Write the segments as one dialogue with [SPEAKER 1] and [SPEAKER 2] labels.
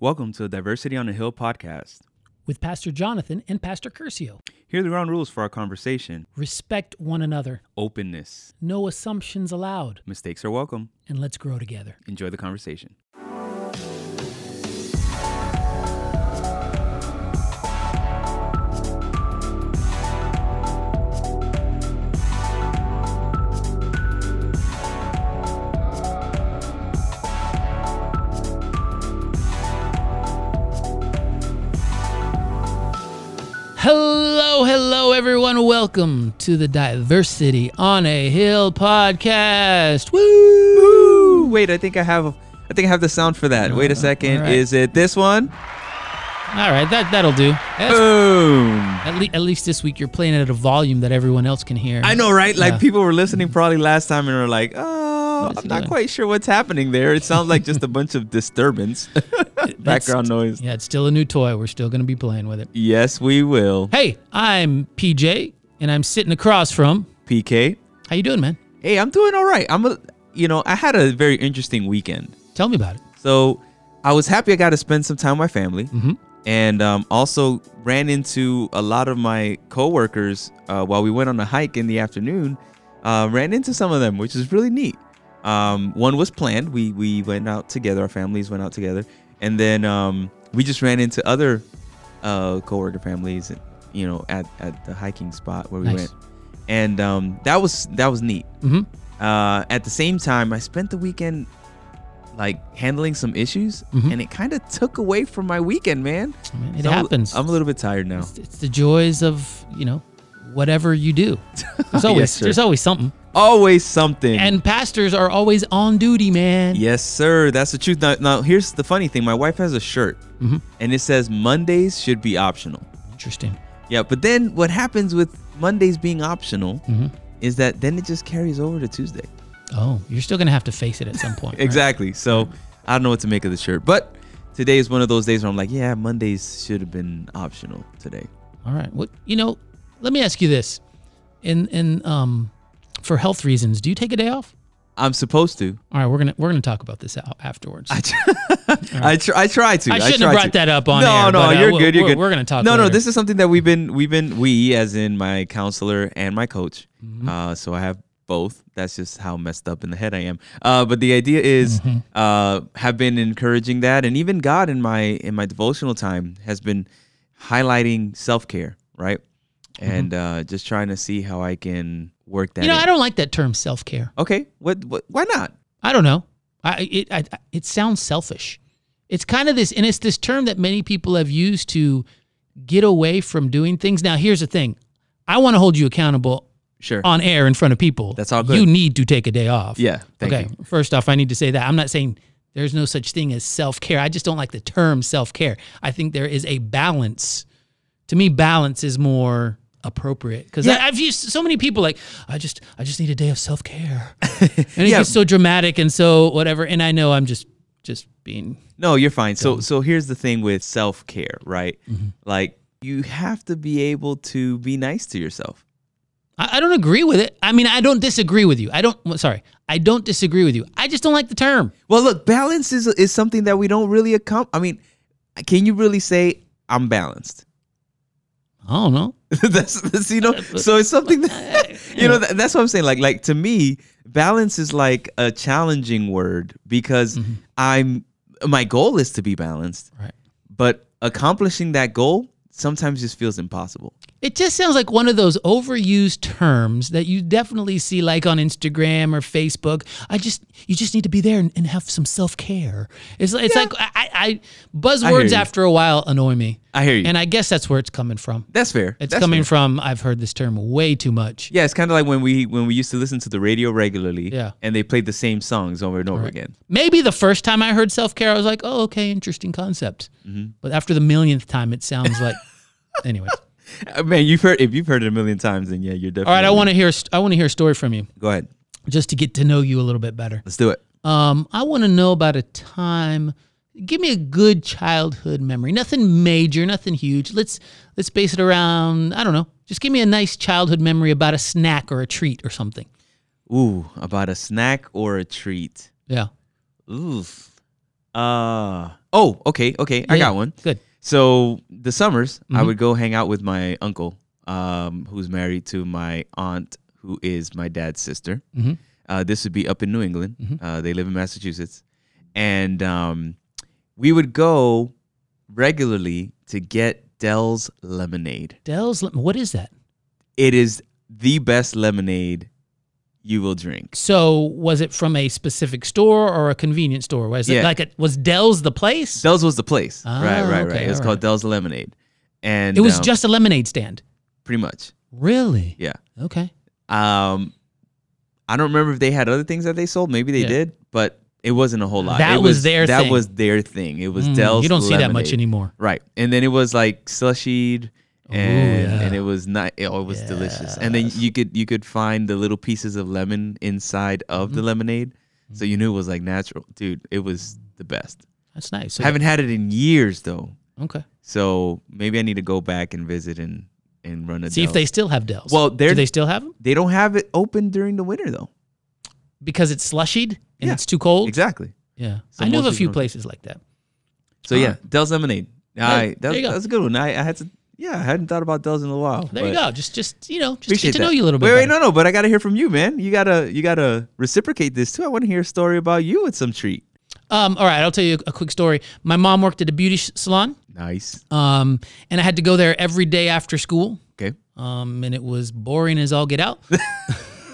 [SPEAKER 1] Welcome to the Diversity on the Hill podcast.
[SPEAKER 2] with Pastor Jonathan and Pastor Curcio.
[SPEAKER 1] Here are the ground rules for our conversation
[SPEAKER 2] Respect one another,
[SPEAKER 1] openness.
[SPEAKER 2] no assumptions allowed,
[SPEAKER 1] Mistakes are welcome.
[SPEAKER 2] and let's grow together.
[SPEAKER 1] Enjoy the conversation.
[SPEAKER 2] Hello, hello, everyone. Welcome to the Diversity on a Hill podcast. Woo!
[SPEAKER 1] Ooh, wait, I think I have I think I have the sound for that. Wait a second.
[SPEAKER 2] all right.
[SPEAKER 1] Is it this one?
[SPEAKER 2] All right, that, that'll do.
[SPEAKER 1] Uh,
[SPEAKER 2] That's-
[SPEAKER 1] Boom.
[SPEAKER 2] at, le- at least this week, you're playing it at a volume that everyone else can hear.
[SPEAKER 1] I know, right? Like
[SPEAKER 2] Yeah.
[SPEAKER 1] people were listening probably last time and were like, "Oh,
[SPEAKER 2] What is
[SPEAKER 1] I'm
[SPEAKER 2] he
[SPEAKER 1] not
[SPEAKER 2] doing?
[SPEAKER 1] quite sure what's happening there. It sounds like just a bunch of disturbance, background noise."
[SPEAKER 2] Yeah, it's still a new toy. We're still going to be playing with it.
[SPEAKER 1] Yes, we will.
[SPEAKER 2] Hey, I'm PJ, and I'm sitting across from.
[SPEAKER 1] PK.
[SPEAKER 2] How you doing, man?
[SPEAKER 1] Hey, I'm doing all right. I'm a, you know, I had a very interesting weekend.
[SPEAKER 2] Tell me about it.
[SPEAKER 1] So I was happy I got to spend some time with my family, and um, also ran into a lot of my coworkers uh, while we went on a hike in the afternoon. Uh, ran into some of them, which is really neat. Um, one was planned. We we went out together. Our families went out together, and then um, we just ran into other uh, coworker families. You know, at, at the hiking spot where we
[SPEAKER 2] Nice.
[SPEAKER 1] went, and um, that was that was neat.
[SPEAKER 2] Mhm.
[SPEAKER 1] Uh, at the same time, I spent the weekend like handling some issues and it kind of took away from my weekend man
[SPEAKER 2] Mm-hmm. I mean, it
[SPEAKER 1] So I'm a-
[SPEAKER 2] happens.
[SPEAKER 1] i'm a little bit tired now
[SPEAKER 2] It's, it's the joys of you know whatever you do. There's always
[SPEAKER 1] Yes, sir. Mm.
[SPEAKER 2] there's always something,
[SPEAKER 1] always something
[SPEAKER 2] and pastors are always on duty, man.
[SPEAKER 1] yes sir that's the truth now, now here's the funny thing my wife has a shirt
[SPEAKER 2] Mm-hmm.
[SPEAKER 1] and it says mondays should be optional
[SPEAKER 2] Interesting.
[SPEAKER 1] yeah but then what happens with mondays being optional
[SPEAKER 2] Mm-hmm.
[SPEAKER 1] is that then it just carries over to tuesday
[SPEAKER 2] Oh, you're still gonna have to face it at some point. right?
[SPEAKER 1] exactly so i don't know what to make of the shirt but today is one of those days where i'm like yeah mondays should have been optional today
[SPEAKER 2] All right. What you know? Let me ask you this: in in um, for health reasons, do you take a day off?
[SPEAKER 1] i'm supposed to
[SPEAKER 2] All right, we're gonna we're gonna talk about this out afterwards.
[SPEAKER 1] I, tr- I, tr- I try to.
[SPEAKER 2] I shouldn't have
[SPEAKER 1] try
[SPEAKER 2] brought that up on
[SPEAKER 1] No,
[SPEAKER 2] air,
[SPEAKER 1] no,
[SPEAKER 2] but, uh,
[SPEAKER 1] you're
[SPEAKER 2] we'll-
[SPEAKER 1] good. You're
[SPEAKER 2] we're-
[SPEAKER 1] good.
[SPEAKER 2] we're gonna talk
[SPEAKER 1] No, no,
[SPEAKER 2] later.
[SPEAKER 1] this is something that we've been, we've been, we, as in my counselor and my coach.
[SPEAKER 2] Mm-hmm.
[SPEAKER 1] Uh, so I have both. That's just how messed up in the head I am. Uh, but the idea is,
[SPEAKER 2] Mm-hmm.
[SPEAKER 1] uh, have been encouraging that, and even God in my in my devotional time has been highlighting self care, right? And uh, just trying to see how I can work that.
[SPEAKER 2] Mm-hmm. you know,
[SPEAKER 1] in.
[SPEAKER 2] I don't like that term self care.
[SPEAKER 1] okay, what, what? Why not?
[SPEAKER 2] I don't know. I it I, I- it sounds selfish. It's kind of this, and it's this term that many people have used to get away from doing things. Now, here's the thing: I want to hold you accountable
[SPEAKER 1] Sure.
[SPEAKER 2] on air in front of people.
[SPEAKER 1] That's all good.
[SPEAKER 2] You need to take a day off.
[SPEAKER 1] yeah. Thank
[SPEAKER 2] okay.
[SPEAKER 1] you.
[SPEAKER 2] First off, I need to say that I'm not saying there's no such thing as self care. I just don't like the term self care. I think there is a balance. To me, balance is more appropriate because
[SPEAKER 1] Yeah.
[SPEAKER 2] I've used so many people like I just I just need a day of self care, and it
[SPEAKER 1] Yeah.
[SPEAKER 2] gets so dramatic and so whatever. And I know I'm just just being
[SPEAKER 1] No, you're fine. So so here's the thing with self-care, right?
[SPEAKER 2] Mm-hmm.
[SPEAKER 1] Like you have to be able to be nice to yourself.
[SPEAKER 2] I, I don't agree with it. I mean, I don't disagree with you. I don't well, sorry, I don't disagree with you. I just don't like the term.
[SPEAKER 1] Well, look, balance is is something that we don't really accomplish. I mean, can you really say I'm balanced?
[SPEAKER 2] I don't know.
[SPEAKER 1] that's, that's you know, so it's something that you know, that, that's what I'm saying like like to me, balance is like a challenging word because
[SPEAKER 2] Mm-hmm.
[SPEAKER 1] I'm my goal is to be balanced,
[SPEAKER 2] Right.
[SPEAKER 1] but accomplishing that goal sometimes just feels impossible.
[SPEAKER 2] It just sounds like one of those overused terms that you definitely see like on Instagram or Facebook. I just you just need to be there and, and have some self care. It's it's like I, I, I
[SPEAKER 1] hear
[SPEAKER 2] buzzwords
[SPEAKER 1] you.
[SPEAKER 2] after a while annoy me,
[SPEAKER 1] I hear you.
[SPEAKER 2] and I guess that's where it's coming from.
[SPEAKER 1] that's fair.
[SPEAKER 2] It's
[SPEAKER 1] That's
[SPEAKER 2] coming
[SPEAKER 1] fair.
[SPEAKER 2] from I've heard this term way too much.
[SPEAKER 1] Yeah, it's kind of like when we when we used to listen to the radio regularly.
[SPEAKER 2] Yeah.
[SPEAKER 1] And they played the same songs over and over again.
[SPEAKER 2] Maybe the first time I heard self care, I was like, oh okay, interesting concept.
[SPEAKER 1] Mm-hmm.
[SPEAKER 2] But after the millionth time, it sounds like anyway.
[SPEAKER 1] Uh, Man, you've heard if you've heard it a million times, then yeah, you're definitely.
[SPEAKER 2] All right, I want to hear a st- I want to hear a story from you
[SPEAKER 1] Go ahead.
[SPEAKER 2] just to get to know you a little bit better.
[SPEAKER 1] Let's do it.
[SPEAKER 2] Um, I want to know about a time. Give me a good childhood memory. Nothing major, nothing huge. Let's let's base it around. I don't know. Just give me a nice childhood memory about a snack or a treat or something.
[SPEAKER 1] Ooh, about a snack or a treat.
[SPEAKER 2] Yeah.
[SPEAKER 1] Oof. Uh oh, okay, okay, I
[SPEAKER 2] Yeah,
[SPEAKER 1] got one.
[SPEAKER 2] Good.
[SPEAKER 1] So the summers, I
[SPEAKER 2] Mhm.
[SPEAKER 1] would go hang out with my uncle, um, who's married to my aunt, who is my dad's sister.
[SPEAKER 2] Mhm.
[SPEAKER 1] Uh, this would be up in New England.
[SPEAKER 2] Mhm.
[SPEAKER 1] Uh, they live in Massachusetts, and um, we would go regularly to get Dell's lemonade.
[SPEAKER 2] Dell's. Lemon- What is that?
[SPEAKER 1] It is the best lemonade you will drink.
[SPEAKER 2] So was it from a specific store or a convenience store? Was it
[SPEAKER 1] Yeah.
[SPEAKER 2] like it was Dell's the place?
[SPEAKER 1] Dell's was the place,
[SPEAKER 2] Ah,
[SPEAKER 1] right, right,
[SPEAKER 2] okay,
[SPEAKER 1] right. It was
[SPEAKER 2] all
[SPEAKER 1] called
[SPEAKER 2] right.
[SPEAKER 1] Dell's Lemonade, and
[SPEAKER 2] it was
[SPEAKER 1] um,
[SPEAKER 2] just a lemonade stand.
[SPEAKER 1] pretty much,
[SPEAKER 2] Really?
[SPEAKER 1] yeah.
[SPEAKER 2] Okay.
[SPEAKER 1] Um, I don't remember if they had other things that they sold. Maybe they
[SPEAKER 2] Yeah.
[SPEAKER 1] did, but it wasn't a whole lot.
[SPEAKER 2] That
[SPEAKER 1] It
[SPEAKER 2] was their
[SPEAKER 1] that
[SPEAKER 2] thing.
[SPEAKER 1] was their thing. It was
[SPEAKER 2] Mm,
[SPEAKER 1] Dell's.
[SPEAKER 2] You don't see that much
[SPEAKER 1] lemonade.
[SPEAKER 2] anymore.
[SPEAKER 1] right? And then it was like slushied,
[SPEAKER 2] Ooh,
[SPEAKER 1] and
[SPEAKER 2] yeah.
[SPEAKER 1] and it was not. It, oh, it was delicious. And then
[SPEAKER 2] Yes.
[SPEAKER 1] you could you could find the little pieces of lemon inside of
[SPEAKER 2] Mm-hmm.
[SPEAKER 1] the lemonade, so you knew it was like natural, dude. It was the best.
[SPEAKER 2] That's nice. So-
[SPEAKER 1] Haven't had it in years though,
[SPEAKER 2] okay.
[SPEAKER 1] so maybe I need to go back and visit and and run a
[SPEAKER 2] See if
[SPEAKER 1] Dell's.
[SPEAKER 2] they still have Dell's.
[SPEAKER 1] Well,
[SPEAKER 2] do
[SPEAKER 1] they're-
[SPEAKER 2] they still have them
[SPEAKER 1] they don't have it open during the winter though.
[SPEAKER 2] because it's slushied and
[SPEAKER 1] Yeah.
[SPEAKER 2] it's too cold?
[SPEAKER 1] Exactly.
[SPEAKER 2] Yeah.
[SPEAKER 1] So
[SPEAKER 2] I know of
[SPEAKER 1] most people
[SPEAKER 2] a few
[SPEAKER 1] don't.
[SPEAKER 2] places like that.
[SPEAKER 1] So yeah, Dell's lemonade. All
[SPEAKER 2] Hey,
[SPEAKER 1] right,
[SPEAKER 2] there
[SPEAKER 1] that,
[SPEAKER 2] you go.
[SPEAKER 1] that's a good one. I, I had to, yeah, I hadn't thought about Dell's in a while.
[SPEAKER 2] There you
[SPEAKER 1] but
[SPEAKER 2] go. Just just you know, just
[SPEAKER 1] Appreciate
[SPEAKER 2] get to know
[SPEAKER 1] that.
[SPEAKER 2] you a little bit.
[SPEAKER 1] Wait, wait,
[SPEAKER 2] better.
[SPEAKER 1] no, no, but I gotta hear from you, man. You gotta, you gotta reciprocate this too. I want to hear a story about you with some treat.
[SPEAKER 2] Um, all right, I'll tell you a quick story. My mom worked at a beauty sh- salon,
[SPEAKER 1] Nice.
[SPEAKER 2] um, and I had to go there every day after school.
[SPEAKER 1] Okay.
[SPEAKER 2] um, and it was boring as all get out.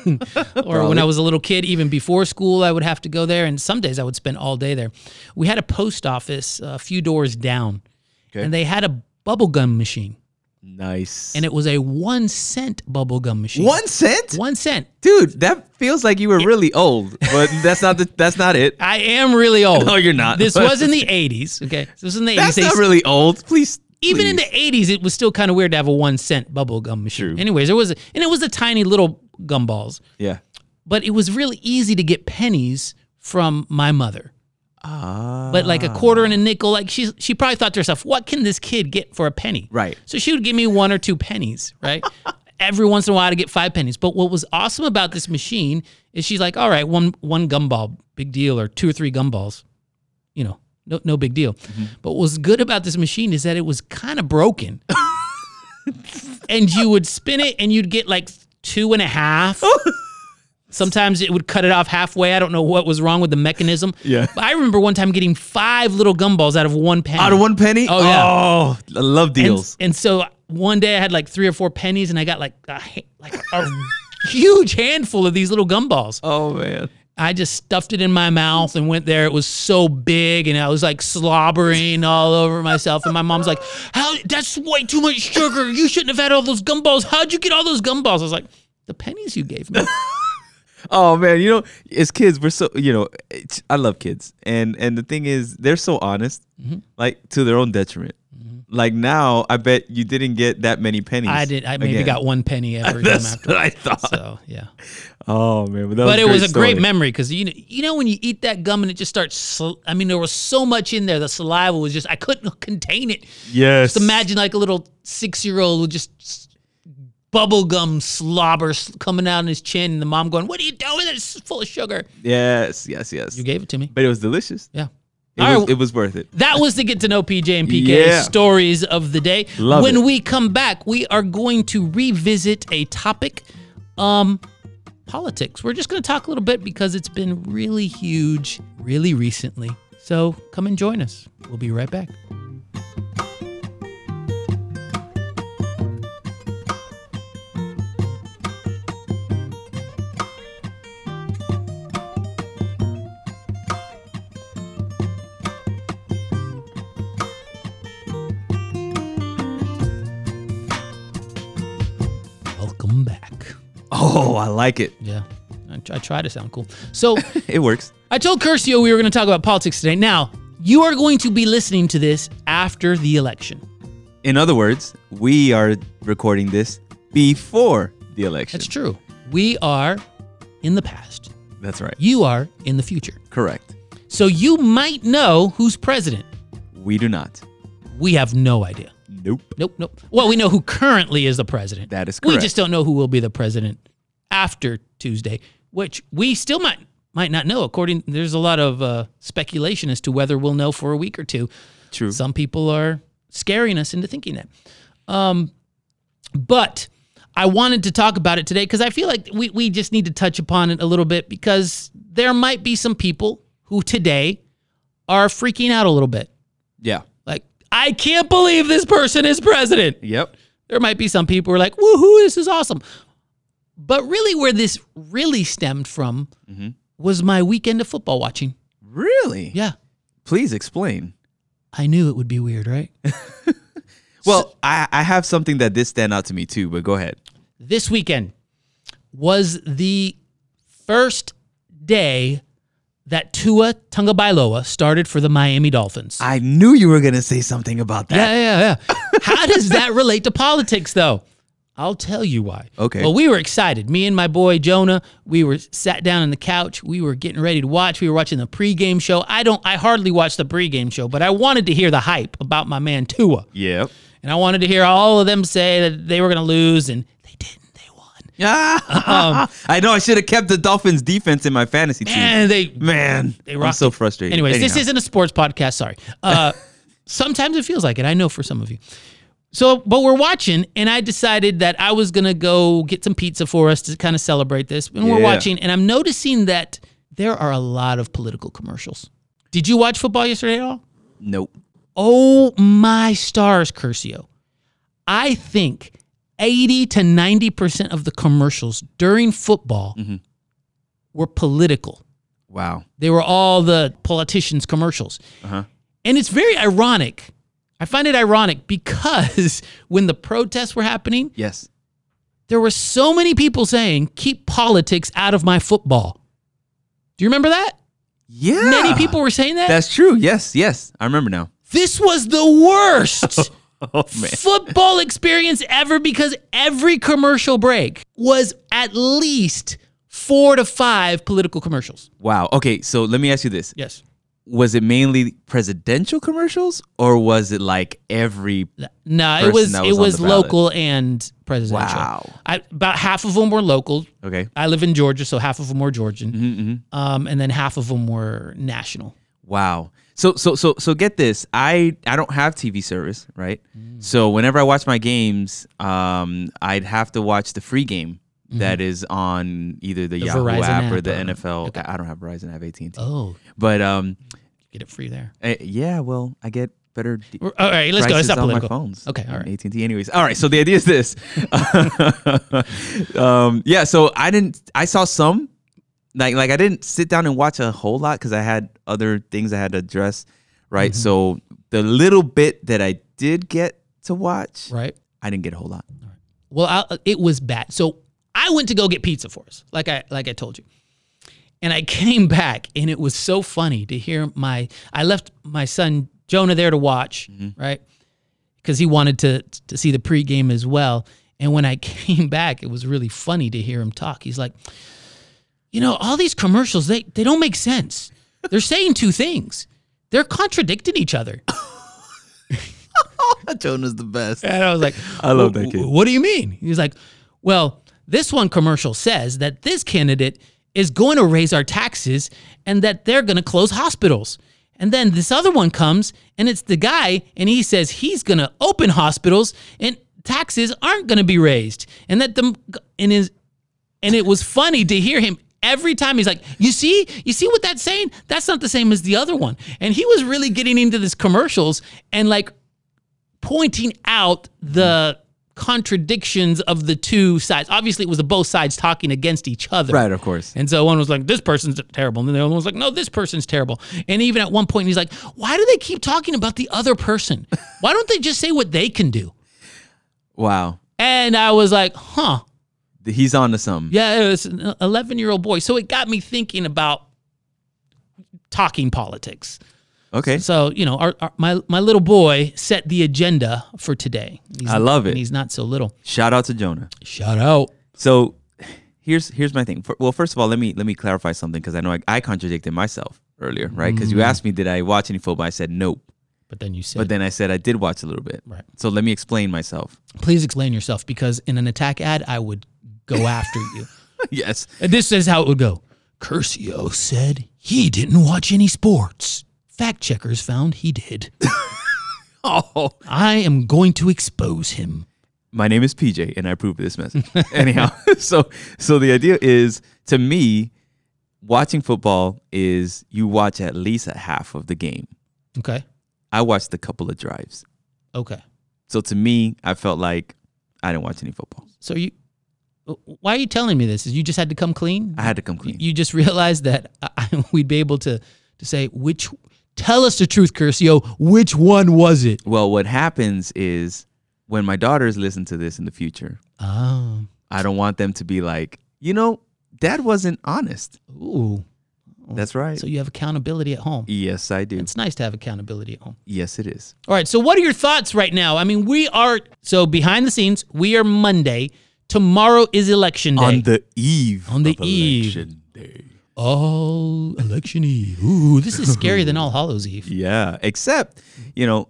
[SPEAKER 2] or when
[SPEAKER 1] Probably.
[SPEAKER 2] I was a little kid, even before school, I would have to go there, and some days I would spend all day there. We had a post office uh, a few doors down,
[SPEAKER 1] Okay.
[SPEAKER 2] and they had a bubblegum machine,
[SPEAKER 1] Nice.
[SPEAKER 2] and it was a one cent bubblegum machine.
[SPEAKER 1] one cent,
[SPEAKER 2] One cent.
[SPEAKER 1] dude. That feels like you were really old, but that's not the, that's not it.
[SPEAKER 2] I am really old.
[SPEAKER 1] No, you're not.
[SPEAKER 2] This was in the 80s. Okay. This was in the 80s.
[SPEAKER 1] Oh, That's
[SPEAKER 2] They
[SPEAKER 1] not really old. Please.
[SPEAKER 2] even in the
[SPEAKER 1] please.
[SPEAKER 2] 80s it was still kind of weird to have a 1 cent bubble gum machine.
[SPEAKER 1] True.
[SPEAKER 2] Anyways, there was a, and it was the tiny little gumballs.
[SPEAKER 1] yeah.
[SPEAKER 2] but it was really easy to get pennies from my mother.
[SPEAKER 1] Ah.
[SPEAKER 2] But like a quarter and a nickel, like she she probably thought to herself, "What can this kid get for a penny?"
[SPEAKER 1] Right.
[SPEAKER 2] So she would give me one or two pennies, right? Every once in a while to get five pennies. But what was awesome about this machine is she's like, "All right, one one gumball, big deal, or two or three gumballs, you know, no no big deal."
[SPEAKER 1] Mm-hmm.
[SPEAKER 2] But what was good about this machine is that it was kind of broken, and you would spin it and you'd get like two and a half. Sometimes it would cut it off halfway. I don't know what was wrong with the mechanism.
[SPEAKER 1] Yeah.
[SPEAKER 2] But I remember one time getting five little gumballs out of one penny.
[SPEAKER 1] Out of one penny.
[SPEAKER 2] Oh, yeah.
[SPEAKER 1] Oh, I love deals.
[SPEAKER 2] And, and so one day I had like three or four pennies, and I got like a, ha- like a huge handful of these little gumballs.
[SPEAKER 1] oh man.
[SPEAKER 2] I just stuffed it in my mouth and went there. It was so big, and I was like slobbering all over myself. And my mom's like, "How? That's way too much sugar. You shouldn't have had all those gumballs. How'd you get all those gumballs?" I was like, "The pennies you gave me."
[SPEAKER 1] Oh man, you know, as kids, we're so you know, it's, I love kids, and and the thing is, they're so honest,
[SPEAKER 2] Mm-hmm.
[SPEAKER 1] like to their own detriment. Like now, I bet you didn't get that many pennies.
[SPEAKER 2] I did. I maybe
[SPEAKER 1] again.
[SPEAKER 2] got one penny every time
[SPEAKER 1] That's
[SPEAKER 2] after.
[SPEAKER 1] what I thought.
[SPEAKER 2] So yeah.
[SPEAKER 1] Oh man, but, that
[SPEAKER 2] but
[SPEAKER 1] was
[SPEAKER 2] it was a
[SPEAKER 1] story.
[SPEAKER 2] great memory because you know, you know when you eat that gum and it just starts. Sl- I mean, there was so much in there. The saliva was just I couldn't contain it.
[SPEAKER 1] Yes,
[SPEAKER 2] Just imagine like a little six year old with just s- bubble gum slobber s- coming out on his chin, and the mom going, "What are you doing? It's full of sugar."
[SPEAKER 1] yes, yes, yes.
[SPEAKER 2] You gave it to me.
[SPEAKER 1] but it was delicious.
[SPEAKER 2] Yeah.
[SPEAKER 1] It,
[SPEAKER 2] All right,
[SPEAKER 1] was,
[SPEAKER 2] well-
[SPEAKER 1] it was worth it.
[SPEAKER 2] That was to get to know PJ and PK
[SPEAKER 1] Yeah.
[SPEAKER 2] stories of the day.
[SPEAKER 1] Love
[SPEAKER 2] when
[SPEAKER 1] it.
[SPEAKER 2] we come back, we are going to revisit a topic, um, politics. We're just going to talk a little bit because it's been really huge, really recently. So come and join us. We'll be right back. Welcome back.
[SPEAKER 1] Oh, I like it.
[SPEAKER 2] Yeah, I, tr- I try to sound cool. So.
[SPEAKER 1] It works.
[SPEAKER 2] I told Curcio we were going to talk about politics today. Now, you are going to be listening to this after the election.
[SPEAKER 1] In other words, we are recording this before the election.
[SPEAKER 2] That's true. We are in the past.
[SPEAKER 1] That's right.
[SPEAKER 2] You are in the future.
[SPEAKER 1] Correct.
[SPEAKER 2] So you might know who's president.
[SPEAKER 1] We do not.
[SPEAKER 2] We have no idea.
[SPEAKER 1] Nope.
[SPEAKER 2] Nope, nope. Well, we know who currently is the president.
[SPEAKER 1] That is
[SPEAKER 2] We
[SPEAKER 1] correct.
[SPEAKER 2] just don't know who will be the president after Tuesday, which we still might might not know. According, there's a lot of uh, speculation as to whether we'll know for a week or two.
[SPEAKER 1] True.
[SPEAKER 2] Some people are scaring us into thinking that. Um, but I wanted to talk about it today because I feel like we, we just need to touch upon it a little bit because there might be some people who today are freaking out a little bit.
[SPEAKER 1] yeah.
[SPEAKER 2] Like, I can't believe this person is president
[SPEAKER 1] Yep.
[SPEAKER 2] there might be some people who are like, woohoo, this is awesome. But really, where this really stemmed from was my weekend of football watching.
[SPEAKER 1] Really?
[SPEAKER 2] Yeah.
[SPEAKER 1] Please explain.
[SPEAKER 2] I knew it would be weird, right?
[SPEAKER 1] Well, I, I have something that did stand out to me too, but go ahead.
[SPEAKER 2] this weekend was the first day that Tua Tungabailoa started for the Miami Dolphins.
[SPEAKER 1] I knew you were gonna say something about that.
[SPEAKER 2] yeah, yeah, yeah. How does that relate to politics, though? I'll tell you why.
[SPEAKER 1] Okay.
[SPEAKER 2] Well, we were excited. Me and my boy Jonah, we were sat down on the couch. We were getting ready to watch. We were watching the pregame show. I don't. I hardly watch the pregame show, but I wanted to hear the hype about my man Tua,
[SPEAKER 1] Yep.
[SPEAKER 2] and I wanted to hear all of them say that they were going to lose, and they didn't. They won.
[SPEAKER 1] Ah, I know I should have kept the Dolphins defense in my fantasy team.
[SPEAKER 2] And they
[SPEAKER 1] Man, I'm
[SPEAKER 2] rocked
[SPEAKER 1] so frustrated.
[SPEAKER 2] Anyways, this
[SPEAKER 1] Anyhow.
[SPEAKER 2] isn't a sports podcast. Sorry. Uh, sometimes it feels like it. I know for some of you. So, but we're watching, and I decided that I was gonna go get some pizza for us to kind of celebrate this. And we're
[SPEAKER 1] Yeah.
[SPEAKER 2] watching, and I'm noticing that there are a lot of political commercials. Did you watch football yesterday at all?
[SPEAKER 1] nope.
[SPEAKER 2] Oh my stars, Curcio. I think 80 to 90% of the commercials during football
[SPEAKER 1] Mm-hmm.
[SPEAKER 2] were political.
[SPEAKER 1] Wow.
[SPEAKER 2] They were all the politicians' commercials.
[SPEAKER 1] Uh-huh.
[SPEAKER 2] And it's very ironic. I find it ironic because when the protests were happening,
[SPEAKER 1] Yes.
[SPEAKER 2] there were so many people saying, keep politics out of my football. Do you remember that?
[SPEAKER 1] Yeah.
[SPEAKER 2] Many people were saying that.
[SPEAKER 1] That's true. Yes. Yes. I remember now.
[SPEAKER 2] this was the worst
[SPEAKER 1] Oh
[SPEAKER 2] football experience ever because every commercial break was at least four to five political commercials.
[SPEAKER 1] Wow. Okay. So let me ask you this:
[SPEAKER 2] Yes.
[SPEAKER 1] Was it mainly presidential commercials, or was it like every?
[SPEAKER 2] No, it
[SPEAKER 1] person
[SPEAKER 2] was
[SPEAKER 1] that
[SPEAKER 2] it
[SPEAKER 1] was on
[SPEAKER 2] was
[SPEAKER 1] the ballot.
[SPEAKER 2] local and presidential.
[SPEAKER 1] Wow.
[SPEAKER 2] I, about half of them were local.
[SPEAKER 1] Okay.
[SPEAKER 2] I live in Georgia, so half of them were Georgian,
[SPEAKER 1] Mm-hmm.
[SPEAKER 2] um, and then half of them were national.
[SPEAKER 1] Wow. So so so so get this. I I don't have TV service, right?
[SPEAKER 2] Mm.
[SPEAKER 1] So whenever I watch my games, um, I'd have to watch the free game that is on either the, Yahoo
[SPEAKER 2] Mm-hmm. Verizon
[SPEAKER 1] app, or
[SPEAKER 2] app
[SPEAKER 1] the
[SPEAKER 2] or-
[SPEAKER 1] NFL. I don't have Verizon. I have AT and T.
[SPEAKER 2] Oh,
[SPEAKER 1] But um,
[SPEAKER 2] get it free there.
[SPEAKER 1] eh, yeah. Well, I get better. d-
[SPEAKER 2] All right, let's go.
[SPEAKER 1] prices
[SPEAKER 2] It's not
[SPEAKER 1] on my
[SPEAKER 2] political.
[SPEAKER 1] phones.
[SPEAKER 2] Okay, all right.
[SPEAKER 1] AT and T. Anyways, all right. So the idea is this. um, yeah. So I didn't. I saw some. Like like I didn't sit down and watch a whole lot because I had other things I had to address. Right.
[SPEAKER 2] Mm-hmm.
[SPEAKER 1] So the little bit that I did get to watch,
[SPEAKER 2] Right.
[SPEAKER 1] I didn't get a whole lot.
[SPEAKER 2] Well, I, it was bad. So I went to go get pizza for us, like I like I told you, and I came back, and it was so funny to hear my. I left my son Jonah there to watch, right, because he wanted to to see the pregame as well. And when I came back, it was really funny to hear him talk. He's like, you know, all these commercials they they don't make sense. They're saying two things. They're contradicting each other.
[SPEAKER 1] Jonah's the best.
[SPEAKER 2] And I was like,
[SPEAKER 1] I love
[SPEAKER 2] "Wh-
[SPEAKER 1] that kid."
[SPEAKER 2] wh- What do you mean? He was like, well, this one commercial says that this candidate is going to raise our taxes and that they're going to close hospitals. And then this other one comes and it's the guy and he says he's going to open hospitals and taxes aren't going to be raised. And that the and his and it was funny to hear him every time he's like you see you see what that's saying that's not the same as the other one and he was really getting into this commercials and like pointing out the contradictions of the two sides obviously it was the both sides talking against each other
[SPEAKER 1] Right. Of course.
[SPEAKER 2] and so one was like, this person's terrible. And then the other one was like, no, this person's terrible. And even at one point, he's like, why do they keep talking about the other person? Why don't they just say what they can do?
[SPEAKER 1] Wow.
[SPEAKER 2] And I was like, huh.
[SPEAKER 1] He's on to something.
[SPEAKER 2] Yeah, it was an 11 year old boy. So it got me thinking about talking politics.
[SPEAKER 1] Okay.
[SPEAKER 2] So, you know, our, our, my, my little boy set the agenda for today. He's-
[SPEAKER 1] I love it.
[SPEAKER 2] And he's not so little.
[SPEAKER 1] Shout out to Jonah.
[SPEAKER 2] Shout out.
[SPEAKER 1] So here's here's my thing. For, well, first of all, let me let me clarify something because I know I, I contradicted myself earlier, right? Because you asked me did I watch any football? I said nope,
[SPEAKER 2] But then you said,
[SPEAKER 1] but then I said I did watch a little bit.
[SPEAKER 2] Right.
[SPEAKER 1] So let me explain myself.
[SPEAKER 2] please explain yourself because in an attack ad, I would go after you.
[SPEAKER 1] yes.
[SPEAKER 2] This is how it would go. Curcio said he didn't watch any sports. Fact checkers found he did.
[SPEAKER 1] Oh.
[SPEAKER 2] I am going to expose him.
[SPEAKER 1] my name is PJ and I approve of this message. Anyhow, so so the idea is to me, watching football is you watch at least a half of the game.
[SPEAKER 2] Okay.
[SPEAKER 1] I watched a couple of drives.
[SPEAKER 2] Okay.
[SPEAKER 1] So to me, I felt like I didn't watch any football.
[SPEAKER 2] So you, uh, why are you telling me this? Is you just had to come clean?
[SPEAKER 1] I had to come clean.
[SPEAKER 2] you just realized that I, I- we'd be able to to say which. Tell us the truth, Curcio. Which one was it?
[SPEAKER 1] Well, what happens is when my daughters listen to this in the future,
[SPEAKER 2] Oh.
[SPEAKER 1] I don't want them to be like, you know, dad wasn't honest.
[SPEAKER 2] Ooh.
[SPEAKER 1] That's right.
[SPEAKER 2] Oh, So you have accountability at home.
[SPEAKER 1] yes, I do.
[SPEAKER 2] It's nice to have accountability at home.
[SPEAKER 1] Yes, it is.
[SPEAKER 2] All right. So, what are your thoughts right now? I mean, we are so behind the scenes. We are Monday. Tomorrow is election day.
[SPEAKER 1] On the eve.
[SPEAKER 2] On the
[SPEAKER 1] of
[SPEAKER 2] eve.
[SPEAKER 1] Election day.
[SPEAKER 2] oh, election eve. Ooh, this is scarier than All Hallows Eve.
[SPEAKER 1] Yeah, except, you know,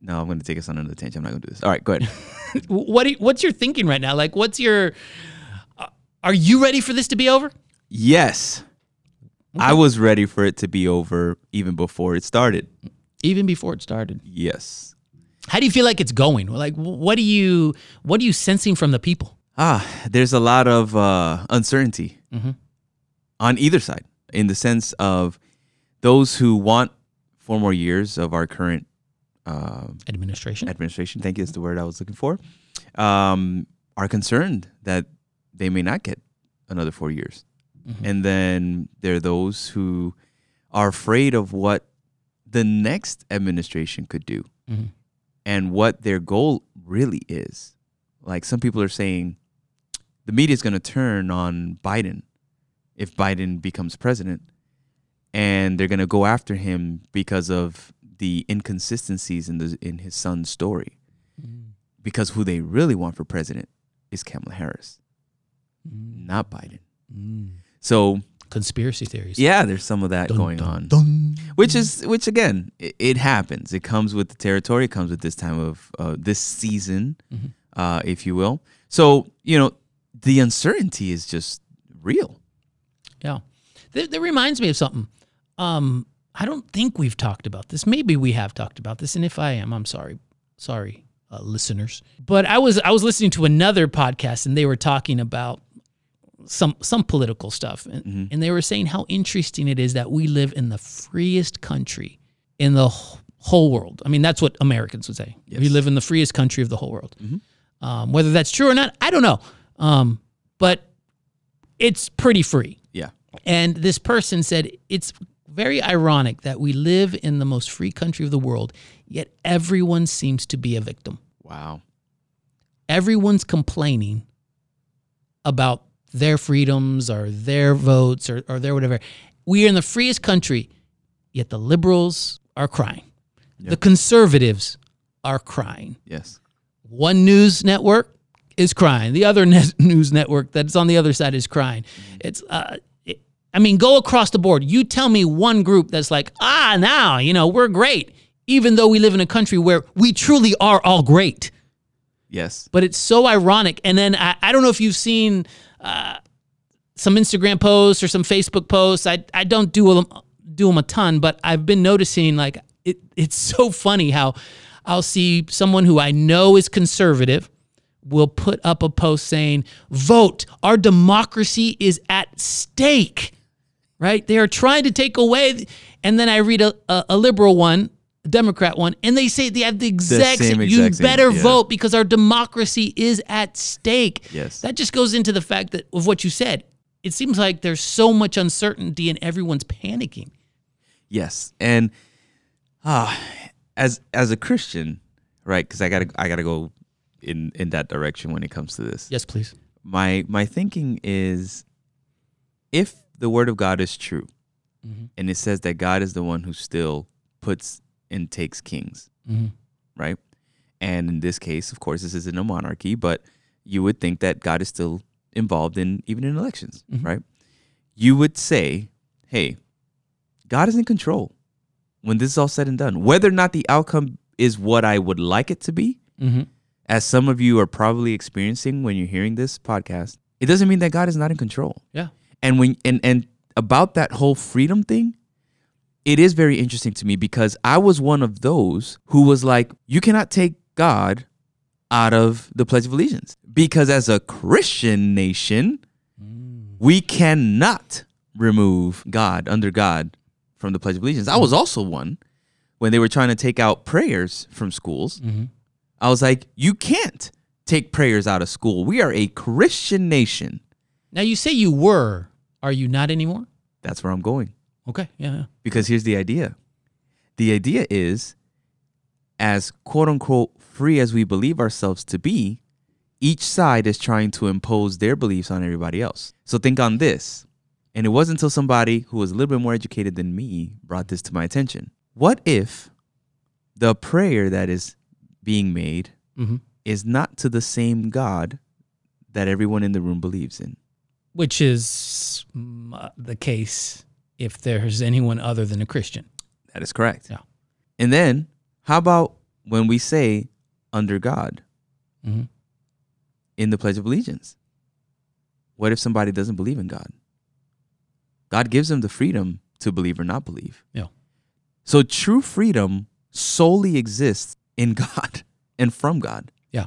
[SPEAKER 1] no, I'm going to take us on another tangent. I'm not going to do this. All right, go ahead.
[SPEAKER 2] W- What? Are, you- what's your thinking right now? Like, what's your? uh, Are you ready for this to be over?
[SPEAKER 1] yes, I was ready for it to be over even before it started.
[SPEAKER 2] Even before it started,
[SPEAKER 1] Yes.
[SPEAKER 2] how do you feel like it's going? Like, wh- what do you? What are you sensing from the people?
[SPEAKER 1] Ah, there's a lot of uh, uncertainty
[SPEAKER 2] Mhm.
[SPEAKER 1] on either side in the sense of those who want four more years of our current uh,
[SPEAKER 2] Administration.
[SPEAKER 1] administration, thank you, is the word I was looking for, um, are concerned that they may not get another four years. And then there are those who are afraid of what the next administration could do
[SPEAKER 2] Mhm.
[SPEAKER 1] and what their goal really is. Like some people are saying, the media is going to turn on Biden if Biden becomes president, and they're going to go after him because of the inconsistencies in the in his son's story. Because who they really want for president is Kamala Harris, not Biden. So
[SPEAKER 2] Mm-hmm. Conspiracy theories.
[SPEAKER 1] yeah, there's some of that going on,
[SPEAKER 2] Dun.
[SPEAKER 1] which is which again, it, it happens. It comes with the territory. It comes with this time of uh, this season,
[SPEAKER 2] Mm-hmm.
[SPEAKER 1] uh, if you will. So you know, the uncertainty is just real.
[SPEAKER 2] Yeah. That, that reminds me of something. Um, I don't think we've talked about this. Maybe we have talked about this, and if I am, I'm sorry, sorry, uh, listeners. But I was I was listening to another podcast, and they were talking about some some political stuff, and, and they were saying how interesting it is that we live in the freest country in the wh- whole world. I mean, that's what Americans would say. We
[SPEAKER 1] Yes.
[SPEAKER 2] live in the freest country of the whole world. Um, whether that's true or not, I don't know. Um, but it's pretty free.
[SPEAKER 1] Yeah.
[SPEAKER 2] And this person said, It's very ironic that we live in the most free country of the world, yet everyone seems to be a victim.
[SPEAKER 1] Wow.
[SPEAKER 2] Everyone's complaining about their freedoms or their votes or, or their whatever. We are in the freest country, yet the liberals are crying. The conservatives are crying
[SPEAKER 1] Yes.
[SPEAKER 2] one news network is crying. The other net news network that's on the other side is crying. It's, uh, it, I mean, go across the board. You tell me one group that's like, ah, now, you know, we're great, even though we live in a country where we truly are all great.
[SPEAKER 1] Yes.
[SPEAKER 2] But it's so ironic. And then I, I don't know if you've seen uh, some Instagram posts or some Facebook posts. I, I don't do them, do them a ton, but I've been noticing like it, it's so funny how I'll see someone who I know is conservative will put up a post saying, vote, our democracy is at stake right? They are trying to take away. And then I read a, a, a liberal one, a Democrat one, and they say they have the exact
[SPEAKER 1] same
[SPEAKER 2] same. You
[SPEAKER 1] exact same,
[SPEAKER 2] better
[SPEAKER 1] yeah.
[SPEAKER 2] vote because our democracy is at stake.
[SPEAKER 1] Yes.
[SPEAKER 2] That just goes into the fact that of what you said. It seems like there's so much uncertainty and everyone's panicking.
[SPEAKER 1] Yes, and ah, as as a Christian, right? Because I gotta I gotta go in in that direction when it comes to this.
[SPEAKER 2] Yes, please.
[SPEAKER 1] My my thinking is, if the word of God is true,
[SPEAKER 2] Mhm.
[SPEAKER 1] and it says that God is the one who still puts and takes kings,
[SPEAKER 2] Mhm.
[SPEAKER 1] right? And in this case, of course, this isn't a monarchy, but you would think that God is still involved in even in elections, right? You would say, hey, God is in control when this is all said and done. Whether or not the outcome is what I would like it to be,
[SPEAKER 2] Mhm.
[SPEAKER 1] as some of you are probably experiencing when you're hearing this podcast, it doesn't mean that God is not in control.
[SPEAKER 2] Yeah.
[SPEAKER 1] And when and and about that whole freedom thing, it is very interesting to me because I was one of those who was like, you cannot take God out of the Pledge of Allegiance because as a Christian nation,
[SPEAKER 2] Mm-hmm.
[SPEAKER 1] we cannot remove God under God from the Pledge of Allegiance. I was also one when they were trying to take out prayers from schools. I was like, you can't take prayers out of school. We are a Christian nation.
[SPEAKER 2] Now you say you were. Are you not anymore?
[SPEAKER 1] That's where I'm going.
[SPEAKER 2] Okay. Yeah. yeah.
[SPEAKER 1] Because here's the idea the idea is, as quote unquote free as we believe ourselves to be, each side is trying to impose their beliefs on everybody else. So think on this. And it wasn't until somebody who was a little bit more educated than me brought this to my attention. What if the prayer that is being made
[SPEAKER 2] Mhm.
[SPEAKER 1] is not to the same God that everyone in the room believes in?
[SPEAKER 2] Which is mm, uh, the case if there's anyone other than a Christian.
[SPEAKER 1] That is correct.
[SPEAKER 2] Yeah.
[SPEAKER 1] And then how about when we say under God
[SPEAKER 2] Mhm.
[SPEAKER 1] in the Pledge of Allegiance? What if somebody doesn't believe in God? God gives them the freedom to believe or not believe.
[SPEAKER 2] Yeah.
[SPEAKER 1] So true freedom solely exists in God and from God.
[SPEAKER 2] Yeah.